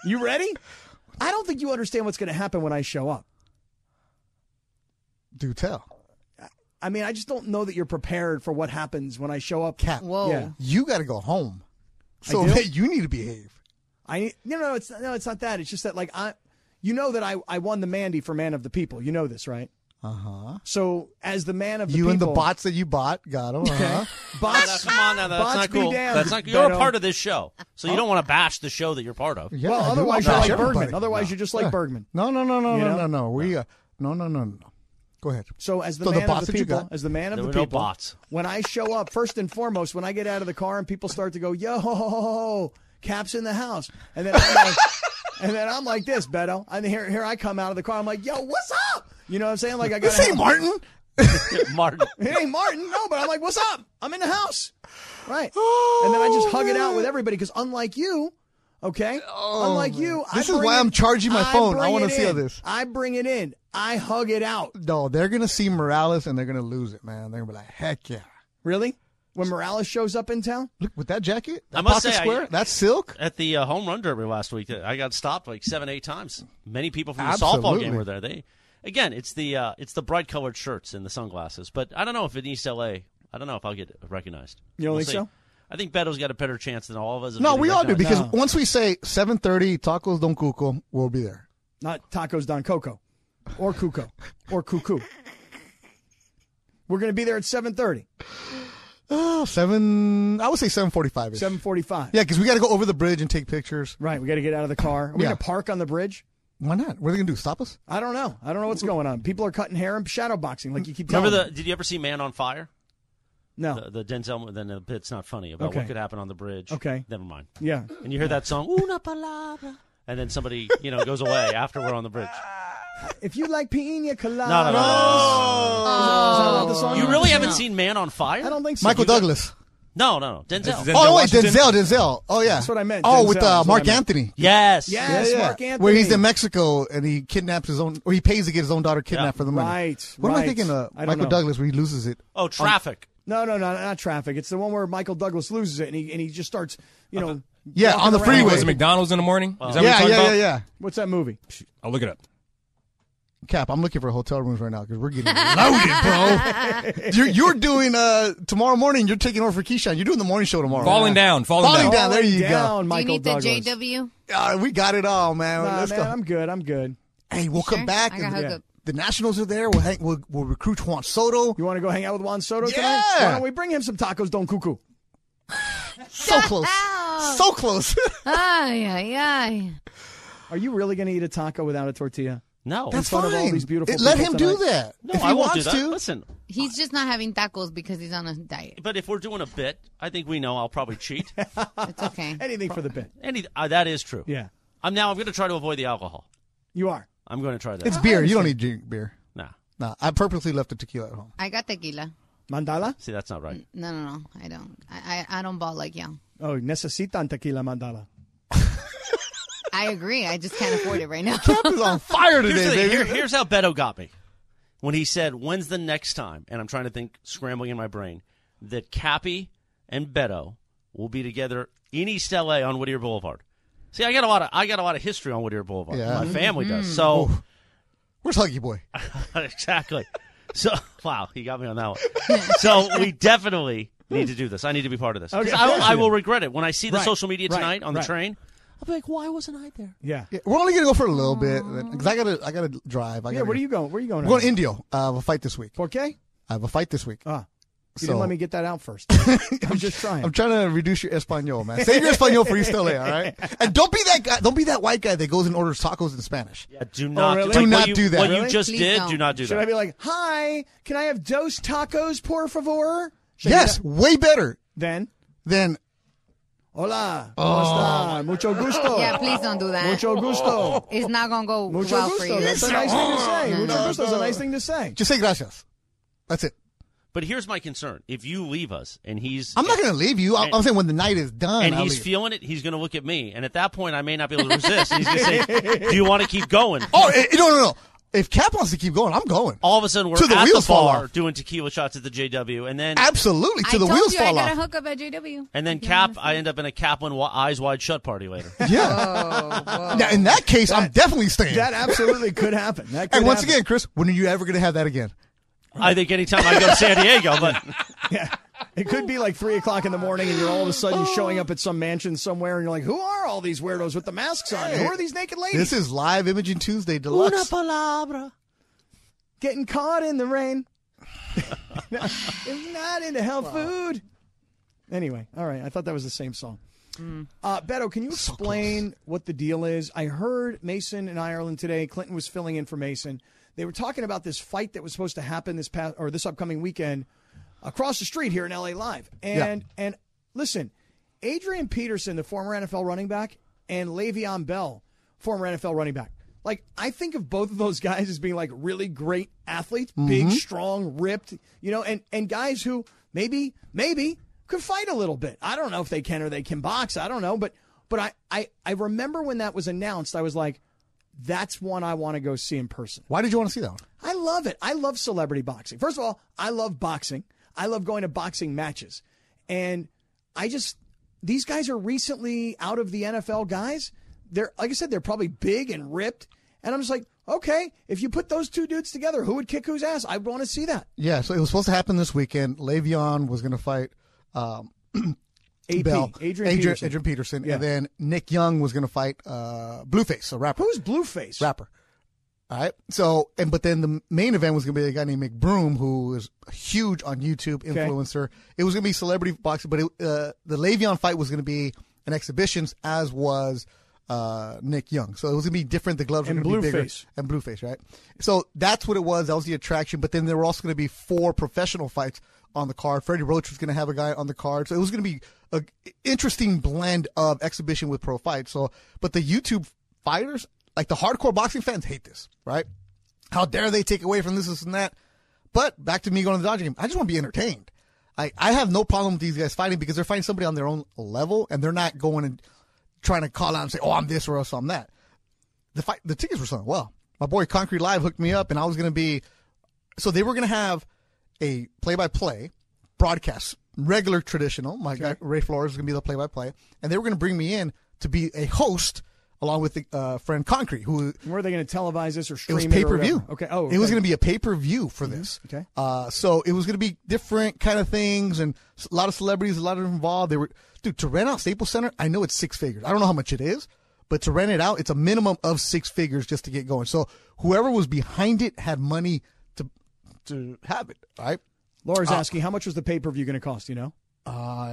Speaker 4: You ready? I don't think you understand what's going to happen when I show up.
Speaker 2: Do tell.
Speaker 4: I mean, I just don't know that you're prepared for what happens when I show up.
Speaker 2: Cap.
Speaker 6: Whoa.
Speaker 4: Yeah.
Speaker 2: You got to go home. So
Speaker 4: do?
Speaker 2: that you need to behave.
Speaker 4: I no no it's no it's not that. It's just that like I, you know that I I won the Mandy for Man of the People. You know this, right? Uh huh. So as the man of the
Speaker 2: Uh-huh. You
Speaker 4: people,
Speaker 2: and the bots that you bought got them. Uh-huh.
Speaker 8: Now, now,
Speaker 4: bots.
Speaker 8: come on now, that's
Speaker 4: bots
Speaker 8: not
Speaker 4: be
Speaker 8: cool.
Speaker 4: damned,
Speaker 8: That's not, you're a
Speaker 4: Beto.
Speaker 8: part of this show, so you don't want to bash the show that you're part of.
Speaker 2: Yeah,
Speaker 4: well,
Speaker 2: I do.
Speaker 4: otherwise
Speaker 2: I'll
Speaker 4: you're like
Speaker 2: bash
Speaker 4: Bergman.
Speaker 2: everybody.
Speaker 4: Otherwise you're just like
Speaker 2: Yeah.
Speaker 4: Bergman.
Speaker 2: No, no, no, no,
Speaker 4: You
Speaker 2: no,
Speaker 4: know?
Speaker 2: no, no. We uh, no, no, no, no. no. Go ahead.
Speaker 4: So as the
Speaker 2: So the
Speaker 4: man
Speaker 2: bots
Speaker 4: of the
Speaker 2: that you
Speaker 4: people,
Speaker 2: got-
Speaker 4: as the man of
Speaker 8: There
Speaker 4: the
Speaker 8: were no
Speaker 4: people,
Speaker 8: bots.
Speaker 4: when I show up, first and foremost, when I get out of the car and people start to go, "Yo, Cap's in the house," and then I'm like, and then I'm like this, Beto. And here, here I come out of the car. I'm like, "Yo, what's up?" You know what I'm saying? Like I got
Speaker 2: This ain't Martin.
Speaker 8: Martin,
Speaker 4: It ain't Martin. No, but I'm like, what's up? I'm in the house. Right.
Speaker 2: Oh,
Speaker 4: and then I just hug it out with everybody because unlike you, okay? unlike you, I
Speaker 2: Oh, This is
Speaker 4: bring
Speaker 2: why
Speaker 4: it-
Speaker 2: I'm charging my phone. I
Speaker 4: bring
Speaker 2: wanna
Speaker 4: it
Speaker 2: see how
Speaker 4: in.
Speaker 2: this-
Speaker 4: I bring it in. I hug it out.
Speaker 2: No, they're gonna see Morales and they're gonna lose it, man. They're gonna be like, heck yeah.
Speaker 4: Really? When Morales shows up in town?
Speaker 2: Look with that jacket, that
Speaker 8: I must
Speaker 2: pocket
Speaker 8: say, I-
Speaker 2: square, that's silk.
Speaker 8: at the uh, home run derby last week, I got stopped like seven, eight times. Many people from the softball
Speaker 2: Absolutely.
Speaker 8: game were there. They, again, it's the uh, it's the bright colored shirts and the sunglasses. But I don't know if in East LA, I don't know if I'll get recognized.
Speaker 4: You don't
Speaker 8: We'll
Speaker 4: think
Speaker 8: see.
Speaker 4: so?
Speaker 8: I think Beto's got a better chance than all of us. of
Speaker 2: No,
Speaker 8: getting
Speaker 2: we all do
Speaker 8: recognized.
Speaker 2: because
Speaker 4: No.
Speaker 2: once we say 7:30 tacos don cuco, we'll be there.
Speaker 4: Not tacos Don Coco. Or Cuco. or Cuckoo. We're gonna be there at seven thirty.
Speaker 2: Oh, seven. I would say 7:45 ish.
Speaker 4: Seven forty five.
Speaker 2: Yeah, because we got to go over the bridge and take pictures.
Speaker 4: Right, we gotta get out of the car. Are we
Speaker 2: Yeah.
Speaker 4: gonna park on the bridge?
Speaker 2: Why not? What are they gonna do? Stop us?
Speaker 4: I don't know. I don't know what's going on. People are cutting hair and shadow boxing, like you keep telling
Speaker 8: Remember
Speaker 4: me.
Speaker 8: the? Did you ever see Man on Fire?
Speaker 4: No.
Speaker 8: The, the Denzel. Then the bit's not funny about
Speaker 4: Okay.
Speaker 8: what could happen on the bridge.
Speaker 4: Okay.
Speaker 8: never mind.
Speaker 4: yeah.
Speaker 8: And you hear that song, "Una palabra," and then somebody you know goes away after we're on the bridge.
Speaker 4: If you like pina colada,
Speaker 8: No, no, no.
Speaker 4: the song?
Speaker 8: Oh. You really haven't seen Man on Fire?
Speaker 4: I don't think so.
Speaker 2: Michael
Speaker 4: You got-
Speaker 2: Douglas.
Speaker 8: No, no, no. Denzel.
Speaker 9: Denzel
Speaker 2: Oh no, wait,
Speaker 9: Washington.
Speaker 2: Denzel, Denzel. Oh yeah,
Speaker 4: That's what I meant,
Speaker 2: Oh,
Speaker 4: Denzel
Speaker 2: with
Speaker 4: is
Speaker 2: uh,
Speaker 4: what I
Speaker 2: Mark
Speaker 4: meant.
Speaker 2: Anthony.
Speaker 8: Yes.
Speaker 4: Yes, Mark Anthony.
Speaker 2: Where he's in Mexico and he kidnaps his own, or he pays to get his own daughter kidnapped
Speaker 8: Yeah.
Speaker 2: for the money.
Speaker 4: Right,
Speaker 2: What am
Speaker 4: right.
Speaker 2: I thinking of?
Speaker 4: I don't
Speaker 2: Michael
Speaker 4: know.
Speaker 2: Douglas, where he loses it.
Speaker 8: Oh, traffic.
Speaker 4: No, no, no, not traffic. It's the one where Michael Douglas loses it and he and he just starts, you know.
Speaker 2: Yeah,
Speaker 4: walking
Speaker 2: on the
Speaker 4: around.
Speaker 2: freeway.
Speaker 4: Wait.
Speaker 9: Goes to McDonald's in the morning. Is that what you're
Speaker 2: yeah,
Speaker 9: talking
Speaker 2: yeah,
Speaker 9: about?
Speaker 2: yeah, yeah.
Speaker 4: What's that movie?
Speaker 9: I'll look it up.
Speaker 2: Cap, I'm looking for hotel rooms right now because we're getting loaded, bro. You're, you're doing uh tomorrow morning. You're taking over for Keyshawn. You're doing the morning show tomorrow.
Speaker 9: Falling down. Falling,
Speaker 2: Falling
Speaker 9: down.
Speaker 2: down. there you go.
Speaker 4: Down,
Speaker 6: Do you
Speaker 4: Oh, Michael
Speaker 6: need
Speaker 4: Douglas.
Speaker 6: the JW?
Speaker 2: Uh, we got it all, man.
Speaker 4: Nah,
Speaker 2: Let's
Speaker 4: man,
Speaker 2: go.
Speaker 4: I'm good. I'm good.
Speaker 2: hey, we'll come
Speaker 6: Sure.
Speaker 2: back.
Speaker 6: I got
Speaker 2: and-
Speaker 6: hookup.
Speaker 2: The Nationals are there. We'll hang, we'll, we'll recruit Juan Soto.
Speaker 4: You want to go hang out with Juan Soto tonight?
Speaker 2: Yeah.
Speaker 4: Why don't we bring him some tacos? Don't cuckoo.
Speaker 2: So close.
Speaker 6: up.
Speaker 2: So close.
Speaker 6: Ay, ay, ay.
Speaker 4: Are you really going to eat a taco without a tortilla?
Speaker 8: No.
Speaker 2: That's
Speaker 4: front of all
Speaker 2: fine.
Speaker 4: these beautiful
Speaker 2: It- let
Speaker 4: people
Speaker 2: him do
Speaker 4: tonight.
Speaker 2: that.
Speaker 8: no,
Speaker 2: if he
Speaker 8: I won't
Speaker 2: wants
Speaker 8: do that.
Speaker 2: to.
Speaker 8: Listen,
Speaker 6: He's just not having tacos because he's on a diet.
Speaker 8: but if we're doing a bit, I think we know I'll probably cheat.
Speaker 6: It's okay.
Speaker 4: Anything for the bit.
Speaker 8: Any uh, that is true.
Speaker 4: Yeah,
Speaker 8: I'm now. I'm going to try to avoid the alcohol.
Speaker 4: you are.
Speaker 8: I'm going to try that.
Speaker 2: It's beer. You don't need drink beer.
Speaker 8: Nah.
Speaker 2: No, I purposely left the tequila at home.
Speaker 6: I got tequila.
Speaker 4: Mandala?
Speaker 8: See, that's not right.
Speaker 6: No, no, no. I don't. I, I, I don't ball like y'all.
Speaker 4: Oh, necesitan tequila mandala.
Speaker 6: I agree. I just can't afford it right now.
Speaker 2: It's on fire
Speaker 8: Here's,
Speaker 2: today,
Speaker 8: the thing.
Speaker 2: baby.
Speaker 8: Here- here's how Beto got me. When he said, when's the next time, and I'm trying to think, scrambling in my brain, that Cappy and Beto will be together in East LA on Whittier Boulevard. See, I got a lot of I got a lot of history on Whittier Boulevard.
Speaker 2: Yeah.
Speaker 8: My family
Speaker 4: Mm-hmm.
Speaker 8: does. So
Speaker 2: Where's Huggy Boy?
Speaker 8: exactly. So wow, he got me on that one. So we definitely need to do this. I need to be part of this. 'Cause
Speaker 4: Okay, of course
Speaker 8: I, I
Speaker 4: you
Speaker 8: will
Speaker 4: do.
Speaker 8: regret it when I see the
Speaker 4: Right,
Speaker 8: social media
Speaker 4: right,
Speaker 8: tonight on the
Speaker 4: right.
Speaker 8: train. I'll be like, why wasn't I there?
Speaker 4: Yeah.
Speaker 2: Yeah, we're only gonna go for a little bit because I gotta, I gotta drive. I
Speaker 4: Yeah,
Speaker 2: gotta
Speaker 4: where are you going? Where are you going?
Speaker 2: I'm going to Indio. I have a fight this week.
Speaker 4: Porque?
Speaker 2: I have a fight this week.
Speaker 4: Ah. You
Speaker 2: So-
Speaker 4: didn't let me get that out first. I'm just trying.
Speaker 2: I'm trying to reduce your Espanol, man. Save your Espanol for East LA, all right? And don't be that guy. Don't be that white guy that goes and orders tacos in Spanish.
Speaker 8: Uh, do not,
Speaker 4: Oh, really?
Speaker 8: like
Speaker 2: Do
Speaker 8: what
Speaker 2: not
Speaker 8: you-
Speaker 2: do that.
Speaker 8: What you
Speaker 2: Really?
Speaker 8: just
Speaker 6: Please
Speaker 8: did,
Speaker 6: don't.
Speaker 8: do not do
Speaker 4: Should
Speaker 8: that.
Speaker 4: I be like, hi, can I have dos tacos, por favor? Should I do
Speaker 2: Yes,
Speaker 4: that?
Speaker 2: way better
Speaker 4: Then,
Speaker 2: than
Speaker 4: hola.
Speaker 2: Oh.
Speaker 4: ¿Cómo está? Mucho gusto.
Speaker 6: yeah, please don't do that.
Speaker 4: Mucho gusto.
Speaker 6: It's not gonna go
Speaker 4: Mucho
Speaker 6: well for
Speaker 4: gusto.
Speaker 6: you.
Speaker 4: That's a nice thing to say. Mucho gusto is a nice thing to say.
Speaker 2: just say gracias. That's it.
Speaker 8: But here's my concern: if you leave us and he's
Speaker 2: I'm not going to leave you. I'm, I'm saying when the night is done.
Speaker 8: and
Speaker 2: I'll
Speaker 8: he's
Speaker 2: leave.
Speaker 8: feeling it, he's going to look at me, and at that point, I may not be able to resist. he's going to say, "Do you want to keep going?"
Speaker 2: oh, eh, no, no, no. If Cap wants to keep going, I'm going.
Speaker 8: All of a sudden, we're
Speaker 2: Till the
Speaker 8: at the
Speaker 2: wheels fall
Speaker 8: bar
Speaker 2: off.
Speaker 8: doing tequila shots at the JW, and then
Speaker 2: Absolutely,
Speaker 6: I
Speaker 2: till the
Speaker 6: told
Speaker 2: wheels
Speaker 6: you
Speaker 2: fall
Speaker 6: I got
Speaker 2: off.
Speaker 6: a hookup at JW.
Speaker 8: and then
Speaker 6: If you
Speaker 8: Cap,
Speaker 6: wanna
Speaker 8: I end up in a Kaplan wa- eyes wide shut party later.
Speaker 2: Yeah. Now, in that case, I'm definitely staying.
Speaker 4: That absolutely could happen. That could
Speaker 2: and once
Speaker 4: happen.
Speaker 2: again, Chris, when are you ever going to have that again?
Speaker 8: I think anytime I go to San Diego, but
Speaker 4: It could be like three o'clock in the morning, and you're all of a sudden showing up at some mansion somewhere, and you're like, "Who are all these weirdos with the masks on? Who are these naked ladies
Speaker 2: This is Live Imaging Tuesday Deluxe.
Speaker 4: getting caught in the rain? it's not into health food." Anyway, all right. I thought that was the same song. Uh, Beto, can you explain what the deal is? I heard Mason in Ireland today. Clinton was filling in for Mason. They were talking about this fight that was supposed to happen this past or this upcoming weekend across the street here in LA Live. And and listen, Adrian Peterson, the former NFL running back, and Le'Veon Bell, former NFL running back. Like I think of both of those guys as being like really great athletes, big, strong, ripped, you know, and and guys who maybe maybe could fight a little bit. I don't know if they can or they can box. I don't know, but but I I, I remember when that was announced, I was like, that's one I want to go see in person.
Speaker 2: Why did you want to see that one?
Speaker 4: I love it. I love celebrity boxing. First of all, I love boxing. I love going to boxing matches. And I just, these guys are recently out of the NFL guys. They're, like I said, they're probably big and ripped. And I'm just like, okay, if you put those two dudes together, who would kick whose ass? I want to see that.
Speaker 2: Yeah, so it was supposed to happen this weekend. Le'Veon was going to fight um,
Speaker 4: AP,
Speaker 2: Bell,
Speaker 4: Adrian, Peterson.
Speaker 2: Adrian Peterson,
Speaker 4: Yeah.
Speaker 2: and then Nick Young was going to fight uh, Blueface, a rapper.
Speaker 4: Who's Blueface?
Speaker 2: rapper? All right. So, and but then the main event was going to be a guy named McBroom, who is huge on YouTube influencer. It was going to be celebrity boxing, but it, uh, the Le'Veon fight was going to be an exhibition, as was uh, Nick Young. So it was going to be different. The gloves
Speaker 4: And
Speaker 2: were going to be bigger
Speaker 4: Blueface.
Speaker 2: and Blueface, right? So that's what it was. That was the attraction. But then there were also going to be four professional fights on the card. Freddie Roach was going to have a guy on the card. So it was going to be a interesting blend of exhibition with pro fight. So, but the YouTube fighters, like the hardcore boxing fans, hate this, right? How dare they take away from this, this, and that? But back to me going to the Dodger game. I just want to be entertained. I, I have no problem with these guys fighting because they're fighting somebody on their own level and they're not going and trying to call out and say, oh, I'm this or else I'm that the fight the tickets were selling well. My boy Concrete Live hooked me up, and I was going to be. So they were going to have a play-by-play broadcast, regular traditional. My guy Ray Flores was going to be the play-by-play, and they were going to bring me in to be a host along with the uh, friend Concrete, who
Speaker 4: Where are they going to televise this or
Speaker 2: it
Speaker 4: stream
Speaker 2: was
Speaker 4: or
Speaker 2: pay per view.
Speaker 4: whatever? Okay. Oh,
Speaker 2: it was
Speaker 4: okay. Mm-hmm.
Speaker 2: going to be a pay per view for this.
Speaker 4: Okay.
Speaker 2: Uh, so it was going to be different kind of things and s- a lot of celebrities, a lot of involved. They were, dude, to rent out Staples Center, I know it's six figures. I don't know how much it is, but to rent it out, it's a minimum of six figures just to get going. So whoever was behind it had money to to have it. All right. Uh,
Speaker 4: Laura's asking, how much was the pay per view going to cost? You know?
Speaker 2: I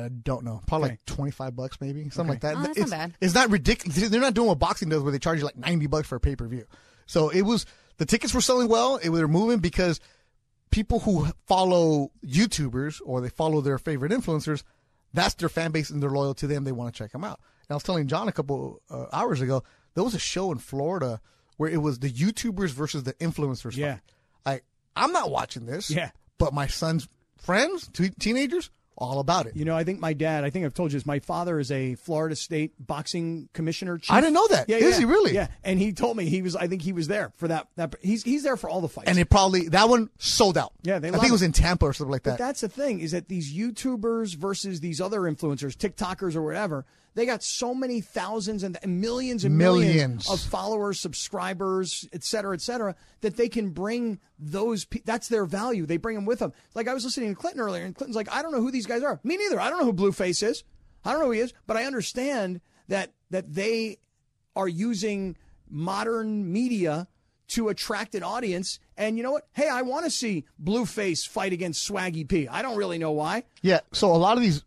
Speaker 2: Uh, don't know. Probably
Speaker 4: Okay.
Speaker 2: like twenty five bucks, maybe something like that.
Speaker 6: Oh, that's
Speaker 2: it's,
Speaker 6: not bad.
Speaker 2: it's not ridiculous. They're not doing what boxing does, where they charge you like ninety bucks for a pay per view. So it was the tickets were selling well. It they were moving because people who follow YouTubers or they follow their favorite influencers, that's their fan base and they're loyal to them. They want to check them out. And I was telling John a couple uh, hours ago there was a show in Florida where it was the YouTubers versus the influencers.
Speaker 4: Yeah.
Speaker 2: fight. Like, I'm not watching this.
Speaker 4: Yeah.
Speaker 2: But my son's friends, t- teenagers, all about it.
Speaker 4: You know, I think my dad, I think I've told you this, my father is a Florida State boxing commissioner chief.
Speaker 2: I didn't know that.
Speaker 4: Yeah,
Speaker 2: Is
Speaker 4: yeah,
Speaker 2: he really?
Speaker 4: Yeah. And he told me he was I think he was there for that that he's he's there for all the fights.
Speaker 2: And it probably, that one sold out.
Speaker 4: Yeah, they
Speaker 2: I
Speaker 4: love
Speaker 2: think it was
Speaker 4: it.
Speaker 2: in Tampa or something like
Speaker 4: But
Speaker 2: that.
Speaker 4: that's the thing is that these YouTubers versus these other influencers, TikTokers or whatever, they got so many thousands and and millions and millions,
Speaker 2: Millions.
Speaker 4: of followers, subscribers, et cetera, et cetera, that they can bring those. Pe- that's their value. They bring them with them. Like I was listening to Clinton earlier, and Clinton's like, I don't know who these guys are. Me neither. I don't know who Blueface is. I don't know who he is, but I understand that that they are using modern media to attract an audience. And you know what? Hey, I want to see Blueface fight against Swaggy P. I don't really know why.
Speaker 2: Yeah. So a lot of these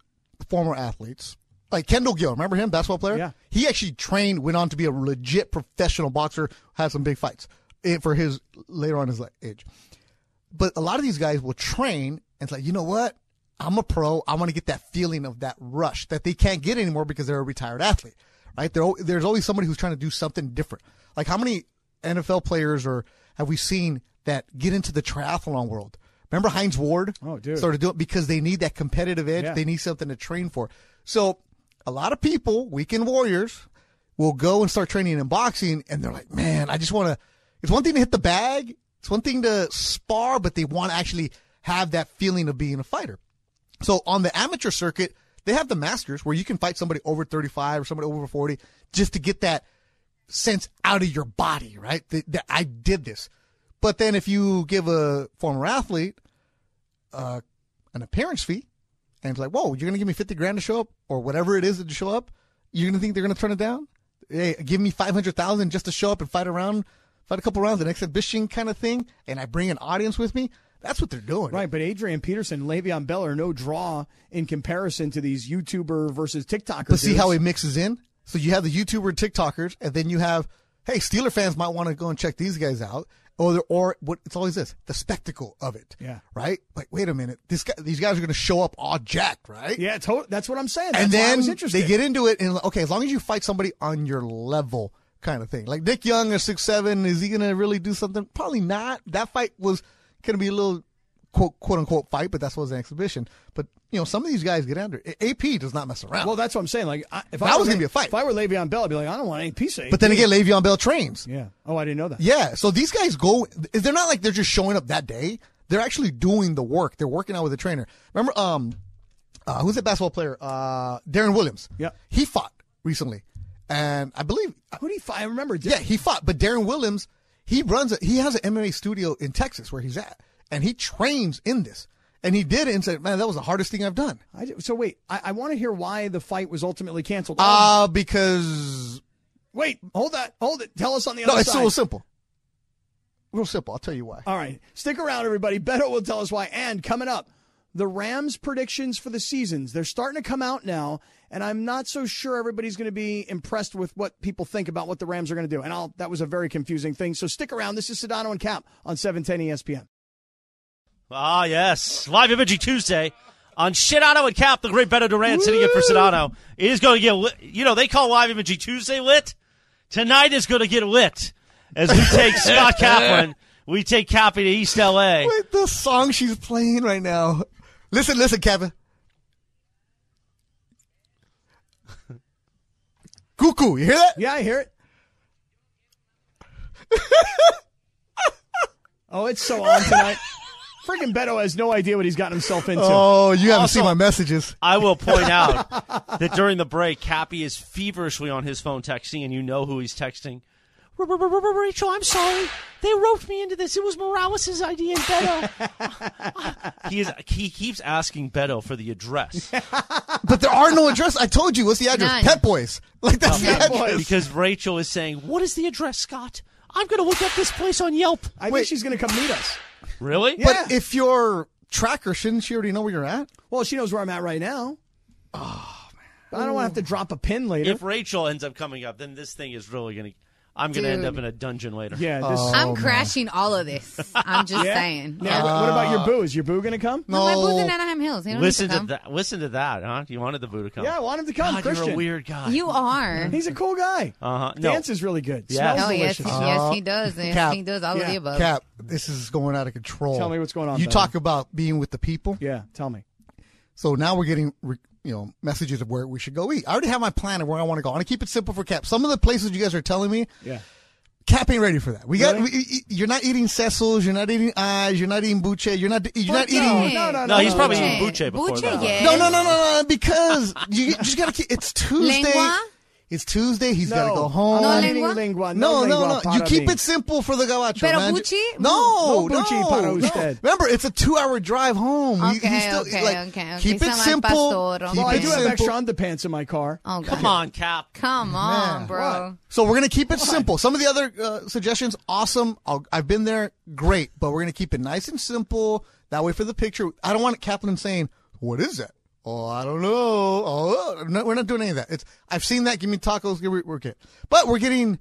Speaker 2: former athletes, like Kendall Gill, remember him, basketball player?
Speaker 4: Yeah.
Speaker 2: He actually trained, went on to be a legit professional boxer, had some big fights eh, for his later on his li- age. But a lot of these guys will train and it's like, you know what? I'm a pro. I want to get that feeling of that rush that they can't get anymore because they're a retired athlete, right? They're, al- there's always somebody who's trying to do something different. Like how many NFL players or have we seen that get into the triathlon world? Remember Heinz Ward?
Speaker 4: Oh, dude.
Speaker 2: Started doing it because they need that competitive edge.
Speaker 4: Yeah.
Speaker 2: They need something to train for. So a lot of people, weekend warriors, will go and start training in boxing and they're like, man, I just want to, it's one thing to hit the bag. It's one thing to spar, but they want to actually have that feeling of being a fighter. So on the amateur circuit, they have the masters where you can fight somebody over 35 or somebody over 40 just to get that sense out of your body, right? That, that I did this. But then if you give a former athlete uh, an appearance fee and it's like, whoa, you're going to give me 50 grand to show up or whatever it is to show up, you're going to think they're going to turn it down? Hey, give me 500,000 just to show up and fight around, fight a couple rounds, an exhibition kind of thing, and I bring an audience with me. That's what they're doing.
Speaker 4: Right, but Adrian Peterson, Le'Veon Bell are no draw in comparison to these YouTuber versus TikTokers.
Speaker 2: But see how he mixes in. So you have the YouTuber TikTokers, and then you have, hey, Steeler fans might want to go and check these guys out, or the- or what? It's always this the spectacle of it.
Speaker 4: Yeah.
Speaker 2: Right. Like, wait a minute, this guy, these guys are going to show up all jacked, right?
Speaker 4: Yeah, to- that's what I'm saying. That's
Speaker 2: And
Speaker 4: why I
Speaker 2: then
Speaker 4: was interested.
Speaker 2: they get into it, and okay, as long as you fight somebody on your level, kind of thing. Like Nick Young is six seven. Is he going to really do something? Probably not. That fight was going to be a little quote quote unquote fight, but that was an exhibition. But you know, some of these guys get under it. AP does not mess around.
Speaker 4: Well, that's what I'm saying. Like, I, if
Speaker 2: That
Speaker 4: I
Speaker 2: was
Speaker 4: Le-
Speaker 2: gonna be a fight.
Speaker 4: If I were Le'Veon Bell, I'd be like, I don't want any piece of.
Speaker 2: But then again, Le'Veon Bell trains.
Speaker 4: yeah. Oh, I didn't know that.
Speaker 2: Yeah. So these guys go, they're not like they're just showing up that day. They're actually doing the work. They're working out with a trainer. Remember, um, uh, who's that basketball player? Uh, Darren Williams.
Speaker 4: Yeah.
Speaker 2: He fought recently. And I believe,
Speaker 4: Who do you fight? I remember.
Speaker 2: yeah, he fought. But Darren Williams, he runs, a, he has an MMA studio in Texas where he's at. And he trains in this. And he did it and said, man, that was the hardest thing I've done.
Speaker 4: I di- so wait, I, I want to hear why the fight was ultimately canceled. Um,
Speaker 2: Uh, because,
Speaker 4: wait, hold that, hold it. Tell us on the
Speaker 2: no,
Speaker 4: other
Speaker 2: it's
Speaker 4: side.
Speaker 2: so simple. Real simple. I'll tell you why.
Speaker 4: All right. Stick around, everybody. Beto will tell us why. And coming up, the Rams' predictions for the seasons. They're starting to come out now, and I'm not so sure everybody's going to be impressed with what people think about what the Rams are going to do. And I'll, that was a very confusing thing. So stick around. This is Sedano and Cap on E 710 ESPN.
Speaker 8: Ah, yes. Live Imaging Tuesday on Shitano and Cap, the great Beto Duran sitting in for Sedano. It is going to get lit. You know, they call Live Imaging Tuesday lit. Tonight is going to get lit as we take Scott Kaplan. We take Cappy to East LA.
Speaker 2: Wait, the song she's playing right now. Listen, listen, Kevin. Cuckoo, you hear that?
Speaker 4: Yeah, I hear it. oh, it's so on tonight. Freaking Beto has no idea what he's gotten himself into.
Speaker 2: Oh, you haven't
Speaker 8: Also-
Speaker 2: seen my messages.
Speaker 8: I will point out that during the break, Cappy is feverishly on his phone texting, and you know who he's texting. "R- r- r- r- Rachel, I'm sorry. They roped me into this. It was Morales' idea and Beto. he, is, he keeps asking Beto for the address.
Speaker 2: But there are no address. I told you, what's the address?
Speaker 6: None.
Speaker 2: Pet Boys. Like that's the address.
Speaker 8: because Rachel is saying, "What is the address, Scott? I'm going to look up this place on Yelp."
Speaker 4: I think she's going to come meet us.
Speaker 8: Really?
Speaker 2: But
Speaker 4: Yeah.
Speaker 2: if you're tracker, shouldn't she already know where you're at?
Speaker 4: Well, she knows where I'm at right now. Oh, man. I don't want to have to drop a pin later.
Speaker 8: If Rachel ends up coming up, then this thing is really going to. I'm going to end
Speaker 6: Dude.
Speaker 8: up in a dungeon later.
Speaker 4: Yeah, this.
Speaker 6: I'm crashing all of this. I'm just
Speaker 4: Oh, yeah. Oh.
Speaker 6: saying.
Speaker 4: Now, what about your boo? Is your boo going to come?
Speaker 6: No, my boo's in Anaheim Hills. He don't
Speaker 8: Listen
Speaker 6: need to
Speaker 8: to
Speaker 6: come.
Speaker 8: that. Listen to that, huh? You wanted the Buddha come.
Speaker 4: Yeah, I want him to come.
Speaker 8: God,
Speaker 4: Christian,
Speaker 8: you're a weird guy.
Speaker 6: You are.
Speaker 4: he's a cool guy.
Speaker 8: Uh-huh. No.
Speaker 4: Dances really good.
Speaker 8: Yeah.
Speaker 4: Smells
Speaker 6: Oh yes,
Speaker 4: delicious.
Speaker 6: yes, he does. Yes,
Speaker 2: Uh-huh. Cap.
Speaker 6: he does all of
Speaker 4: Yeah.
Speaker 6: the above.
Speaker 2: Cap, this is going out of control.
Speaker 4: Tell me what's going on,
Speaker 2: You
Speaker 4: Ben.
Speaker 2: talk about being with the people.
Speaker 4: yeah, tell me.
Speaker 2: So now we're getting, re- you know, messages of where we should go eat. I already have my plan of where I want to go. I want to keep it simple for Cap. Some of the places you guys are telling me,
Speaker 4: Yeah.
Speaker 2: Cap ain't ready for that. We got.
Speaker 4: Really?
Speaker 2: We, y- you're not eating Cecil's. You're not eating eyes. You're not eating Boucher. You're not. You're not
Speaker 6: But
Speaker 2: eating.
Speaker 6: yeah.
Speaker 4: No, no, no.
Speaker 8: no, he's
Speaker 4: no,
Speaker 8: probably
Speaker 4: no.
Speaker 8: eating buche before that.
Speaker 6: Buche, yes.
Speaker 2: No, no, no, no, no. Because you you just gotta. keep It's Tuesday.
Speaker 6: Lengua?
Speaker 2: It's Tuesday. He's gotta
Speaker 4: No.
Speaker 2: go home.
Speaker 6: No
Speaker 4: I'm not
Speaker 6: lengua?
Speaker 4: eating lengua.
Speaker 2: No, no,
Speaker 4: lengua
Speaker 2: no. You
Speaker 4: para
Speaker 2: keep
Speaker 4: mí.
Speaker 2: it simple for the gabacho.
Speaker 6: Pero
Speaker 2: man.
Speaker 6: buchi?
Speaker 2: No,
Speaker 4: No
Speaker 2: no,
Speaker 4: buchi para
Speaker 2: no.
Speaker 4: usted.
Speaker 2: Remember, it's a two-hour drive home. You- you
Speaker 6: Okay,
Speaker 2: still-
Speaker 6: okay,
Speaker 2: like,
Speaker 6: okay, okay.
Speaker 2: Keep
Speaker 6: Some
Speaker 2: it
Speaker 6: al
Speaker 2: simple.
Speaker 6: pastor.
Speaker 2: Keep
Speaker 4: Well, Oh, I
Speaker 2: it
Speaker 4: do have
Speaker 2: simple.
Speaker 4: extra underpants in my car.
Speaker 6: Oh, God.
Speaker 8: Come on, Cap.
Speaker 6: Come on, bro.
Speaker 2: So we're gonna keep it simple. Some of the other uh, suggestions, awesome. I'll, I've been there, great. But we're gonna keep it nice and simple. That way for the picture, I don't want Kaplan saying, "What is that?" Oh, I don't know. Oh, no, we're not doing any of that. It's I've seen that. Give me tacos. Give me work it. But we're getting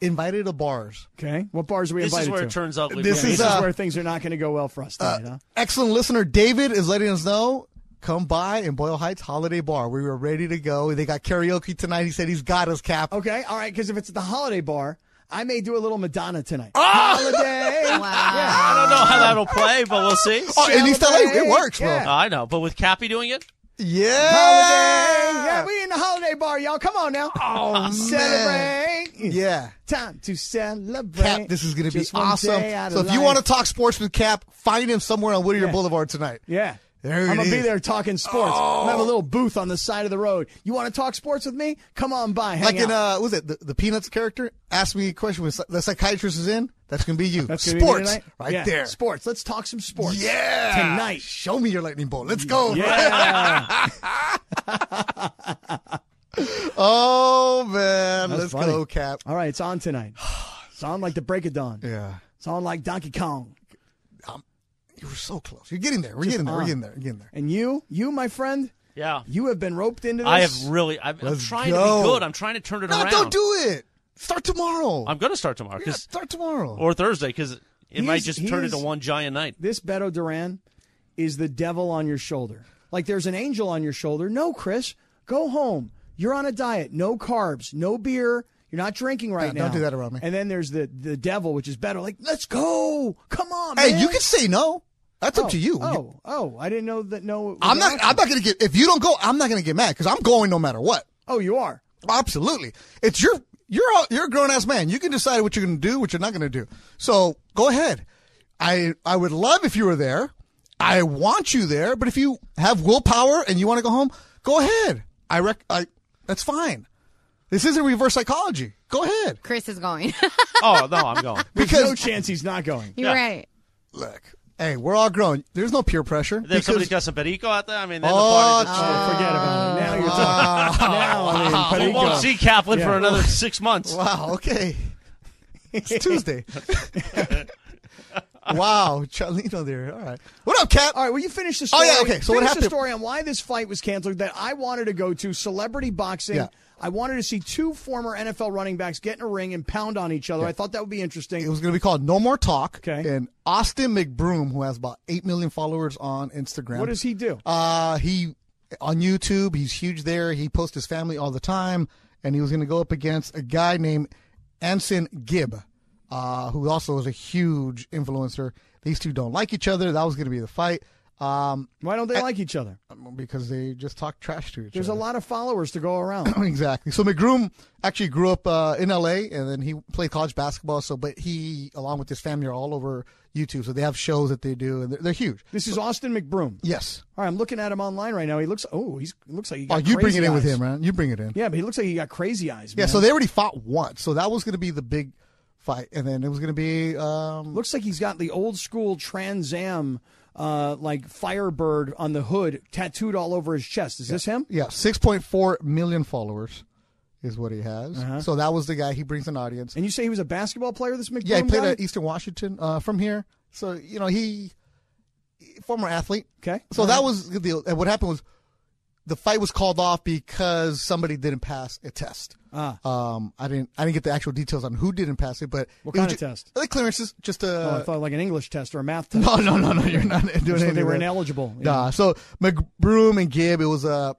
Speaker 2: invited to bars.
Speaker 4: Okay. What bars are we
Speaker 8: This
Speaker 4: invited
Speaker 8: is where
Speaker 4: to?
Speaker 8: it turns ugly.
Speaker 2: This
Speaker 8: for me.
Speaker 4: This
Speaker 2: is, uh,
Speaker 4: is where things are not going to go well for us tonight, huh?
Speaker 2: Excellent listener David is letting us know. Come by in Boyle Heights Holiday Bar. We were ready to go. They got karaoke tonight. He said he's got us, Cap.
Speaker 4: Okay, all right, because if it's at the holiday bar, I may do a little Madonna tonight.
Speaker 2: Ah!
Speaker 4: Holiday!
Speaker 6: Wow.
Speaker 8: I don't know how that'll play, but we'll see.
Speaker 2: Oh, in East LA, it works, bro.
Speaker 4: Yeah.
Speaker 8: I know, but with Cappy doing it,
Speaker 2: Yeah.
Speaker 4: Holiday! Yeah, we in the holiday bar, y'all. Come on now. Oh, celebrate.
Speaker 2: Yeah.
Speaker 4: Time to celebrate.
Speaker 2: Cap, this is going to be
Speaker 4: Just one
Speaker 2: awesome.
Speaker 4: day out
Speaker 2: So
Speaker 4: of
Speaker 2: if you
Speaker 4: life.
Speaker 2: want to talk sports with Cap, find him somewhere on Whittier
Speaker 4: Yeah.
Speaker 2: Boulevard tonight.
Speaker 4: Yeah.
Speaker 2: There it
Speaker 4: I'm gonna be
Speaker 2: is. Oh.
Speaker 4: there talking sports. I'm gonna have a little booth on the side of the road. You want to talk sports with me? Come on by. Hang
Speaker 2: Like
Speaker 4: out.
Speaker 2: in, uh, what was it the, the Peanuts character? Ask me a question when the psychiatrist is in. That's going to be you.
Speaker 4: That's gonna be me
Speaker 2: sports.
Speaker 4: tonight?
Speaker 2: right
Speaker 4: Yeah,
Speaker 2: there.
Speaker 4: Sports. Let's talk some sports.
Speaker 2: Yeah.
Speaker 4: Tonight.
Speaker 2: Show me your lightning bolt. Let's go.
Speaker 4: Yeah.
Speaker 2: Oh, man.
Speaker 4: That's
Speaker 2: Let's
Speaker 4: funny.
Speaker 2: go, Cap.
Speaker 4: All right, it's on tonight. It's on like the break of dawn.
Speaker 2: Yeah. Um,
Speaker 4: It's on like Donkey Kong.
Speaker 2: You were so close. You're getting there. We're getting there.
Speaker 8: Uh-huh.
Speaker 2: We're
Speaker 4: on.
Speaker 2: getting there. We're getting there.
Speaker 4: uh, And you, you, my friend,
Speaker 8: yeah.
Speaker 4: you have been roped into this.
Speaker 8: I have really. I'm, I'm
Speaker 2: Let's
Speaker 8: trying
Speaker 2: go.
Speaker 8: to be good. I'm trying to turn it
Speaker 2: No,
Speaker 8: around.
Speaker 2: don't do it. Start tomorrow.
Speaker 8: I'm going to start tomorrow,
Speaker 2: yeah,
Speaker 8: 'cause-
Speaker 2: start tomorrow.
Speaker 8: or Thursday, because it
Speaker 4: He
Speaker 8: might
Speaker 4: is-
Speaker 8: just
Speaker 4: he
Speaker 8: turn
Speaker 4: is-
Speaker 8: into one giant night.
Speaker 4: this Beto Duran is the devil on your shoulder. Like there's an angel on your shoulder. No, Chris, go home. You're on a diet. No carbs, no beer. You're not drinking right
Speaker 2: No,
Speaker 4: now.
Speaker 2: don't do that around me.
Speaker 4: And then there's the the devil, which is Beto. Like, let's go. Come on,
Speaker 2: hey,
Speaker 4: man.
Speaker 2: you can say no. That's
Speaker 4: Oh,
Speaker 2: up to you.
Speaker 4: Oh,
Speaker 2: You-
Speaker 4: oh, I didn't know that. No, it was
Speaker 2: I'm
Speaker 4: an
Speaker 2: not.
Speaker 4: option.
Speaker 2: I'm not gonna get. If you don't go, I'm not gonna get mad because I'm going no matter what.
Speaker 4: Oh, you are.
Speaker 2: Absolutely. It's your. You're a, you're a grown ass man. You can decide what you're gonna do, what you're not gonna do. So go ahead. I I would love if you were there. I want you there. But if you have willpower and you want to go home, go ahead. I rec. I. That's fine. This isn't reverse psychology. Go ahead.
Speaker 6: Chris is going.
Speaker 8: Oh no, I'm going.
Speaker 4: There's no
Speaker 2: Because
Speaker 4: chance he's not going.
Speaker 6: You're right.
Speaker 2: look, hey, we're all grown. There's no peer pressure.
Speaker 8: Then
Speaker 2: Because,
Speaker 8: somebody's got some perico out there. I mean, then
Speaker 2: Oh,
Speaker 8: the party.
Speaker 4: Oh, forget about it. Now you're talking. now, I mean,
Speaker 8: Just, we
Speaker 4: Perico.
Speaker 8: won't see Kaplan for
Speaker 4: Yeah.
Speaker 8: another six months.
Speaker 2: Wow. Okay. It's Tuesday. wow, Charlino there. All right. What up, Cap?
Speaker 4: All right, well, you finish the
Speaker 2: Oh,
Speaker 4: story.
Speaker 2: yeah, okay, so what
Speaker 4: finish
Speaker 2: happened-
Speaker 4: the story on why this fight was canceled that I wanted to go to celebrity boxing.
Speaker 2: Yeah.
Speaker 4: I wanted to see two former NFL running backs get in a ring and pound on each other. I thought that would be interesting.
Speaker 2: It was going to be called No More Talk.
Speaker 4: Okay.
Speaker 2: And Austin McBroom, who has about eight million followers on Instagram.
Speaker 4: what does he do?
Speaker 2: Uh, he on YouTube. He's huge there. He posts his family all the time, and he was going to go up against a guy named Anson Gibb, uh, who also is a huge influencer. These two don't like each other. That was going to be the fight. Um,
Speaker 4: why don't they like each other?
Speaker 2: because they just talk trash to each
Speaker 4: There's a
Speaker 2: other.
Speaker 4: lot of followers to go around.
Speaker 2: exactly. So McGroom actually grew up uh, in LA, and then he played college basketball. So, but he, along with his family, are all over YouTube. So they have shows that they do, and they're, they're huge.
Speaker 4: this is Austin McBroom.
Speaker 2: Yes.
Speaker 4: All right, I'm looking at him online right now. He looks oh, he's looks like he got
Speaker 2: Oh, you bring
Speaker 4: crazy
Speaker 2: it in with
Speaker 4: eyes.
Speaker 2: him, right? You bring it in.
Speaker 4: Yeah, but he looks like he got crazy eyes.
Speaker 2: Yeah,
Speaker 4: man.
Speaker 2: so they already fought once, so that was going to be the big fight, and then it was going to be um,
Speaker 4: Looks like he's got the old school Trans Am, uh, like Firebird on the hood tattooed all over his chest. Is this him?
Speaker 2: yeah, six point four million followers is what he has. So that was the guy he brings an audience.
Speaker 4: Uh-huh. And you say he was a basketball player, this McBroom
Speaker 2: yeah, he played
Speaker 4: guy?
Speaker 2: at Eastern Washington uh, from here, so you know he former athlete.
Speaker 4: Okay.
Speaker 2: So that was the deal. And what happened was the fight was called off because somebody didn't pass a test.
Speaker 4: Ah, Uh.
Speaker 2: Um, I didn't. I didn't get the actual details on who didn't pass it, but
Speaker 4: What
Speaker 2: it was
Speaker 4: kind of
Speaker 2: ju-
Speaker 4: test?
Speaker 2: The clearances, just
Speaker 4: Oh, I
Speaker 2: a.
Speaker 4: thought like an English test or a math test.
Speaker 2: no, no, no, no. You're not doing
Speaker 4: So
Speaker 2: anything.
Speaker 4: they were
Speaker 2: there.
Speaker 4: ineligible. yeah.
Speaker 2: Nah, so McBroom and Gibb, it was a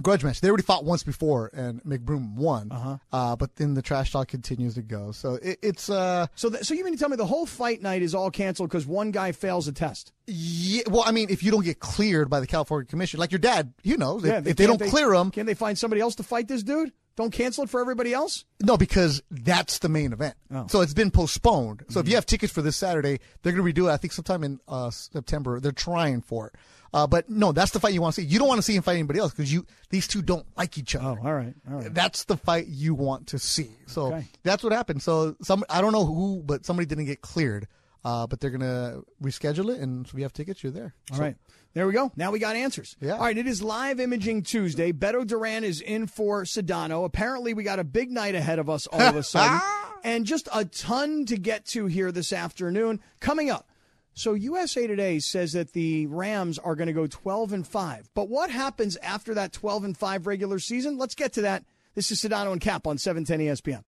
Speaker 2: grudge match. They already fought once before, and McBroom won. Uh-huh. but then the trash talk continues to go. So it, it's uh,
Speaker 4: So, th- so you mean to tell me the whole fight night is all canceled because one guy fails a test?
Speaker 2: yeah, well, I mean, if you don't get cleared by the California Commission, like your dad, you know, if- if, they
Speaker 4: can't
Speaker 2: don't clear him,
Speaker 4: can they find somebody else to fight this dude? Don't cancel it for everybody else.
Speaker 2: no, because that's the main event.
Speaker 4: Oh.
Speaker 2: So it's been postponed. So if
Speaker 4: Mm-hmm.
Speaker 2: you have tickets for this Saturday, they're going to redo it. I think sometime in uh, September. They're trying for it. Uh, but no, that's the fight you want to see. You don't want to see him fight anybody else because you these two don't like each other.
Speaker 4: Oh, all right, all right.
Speaker 2: that's the fight you want to see. So
Speaker 4: Okay.
Speaker 2: that's what happened. So some I don't know who, but somebody didn't get cleared. Uh, but they're gonna reschedule it, and so we have tickets. You're there.
Speaker 4: All right. There we go. Now we got answers.
Speaker 2: Yeah.
Speaker 4: All right. It is live imaging Tuesday. Beto Duran is in for Sedano. Apparently, we got a big night ahead of us all of a sudden, and just a ton to get to here this afternoon. Coming up. So USA Today says that the Rams are going to go 12 and 5. But what happens after that 12 and 5 regular season? Let's get to that. This is Sedano and Cap on E 710 ESPN.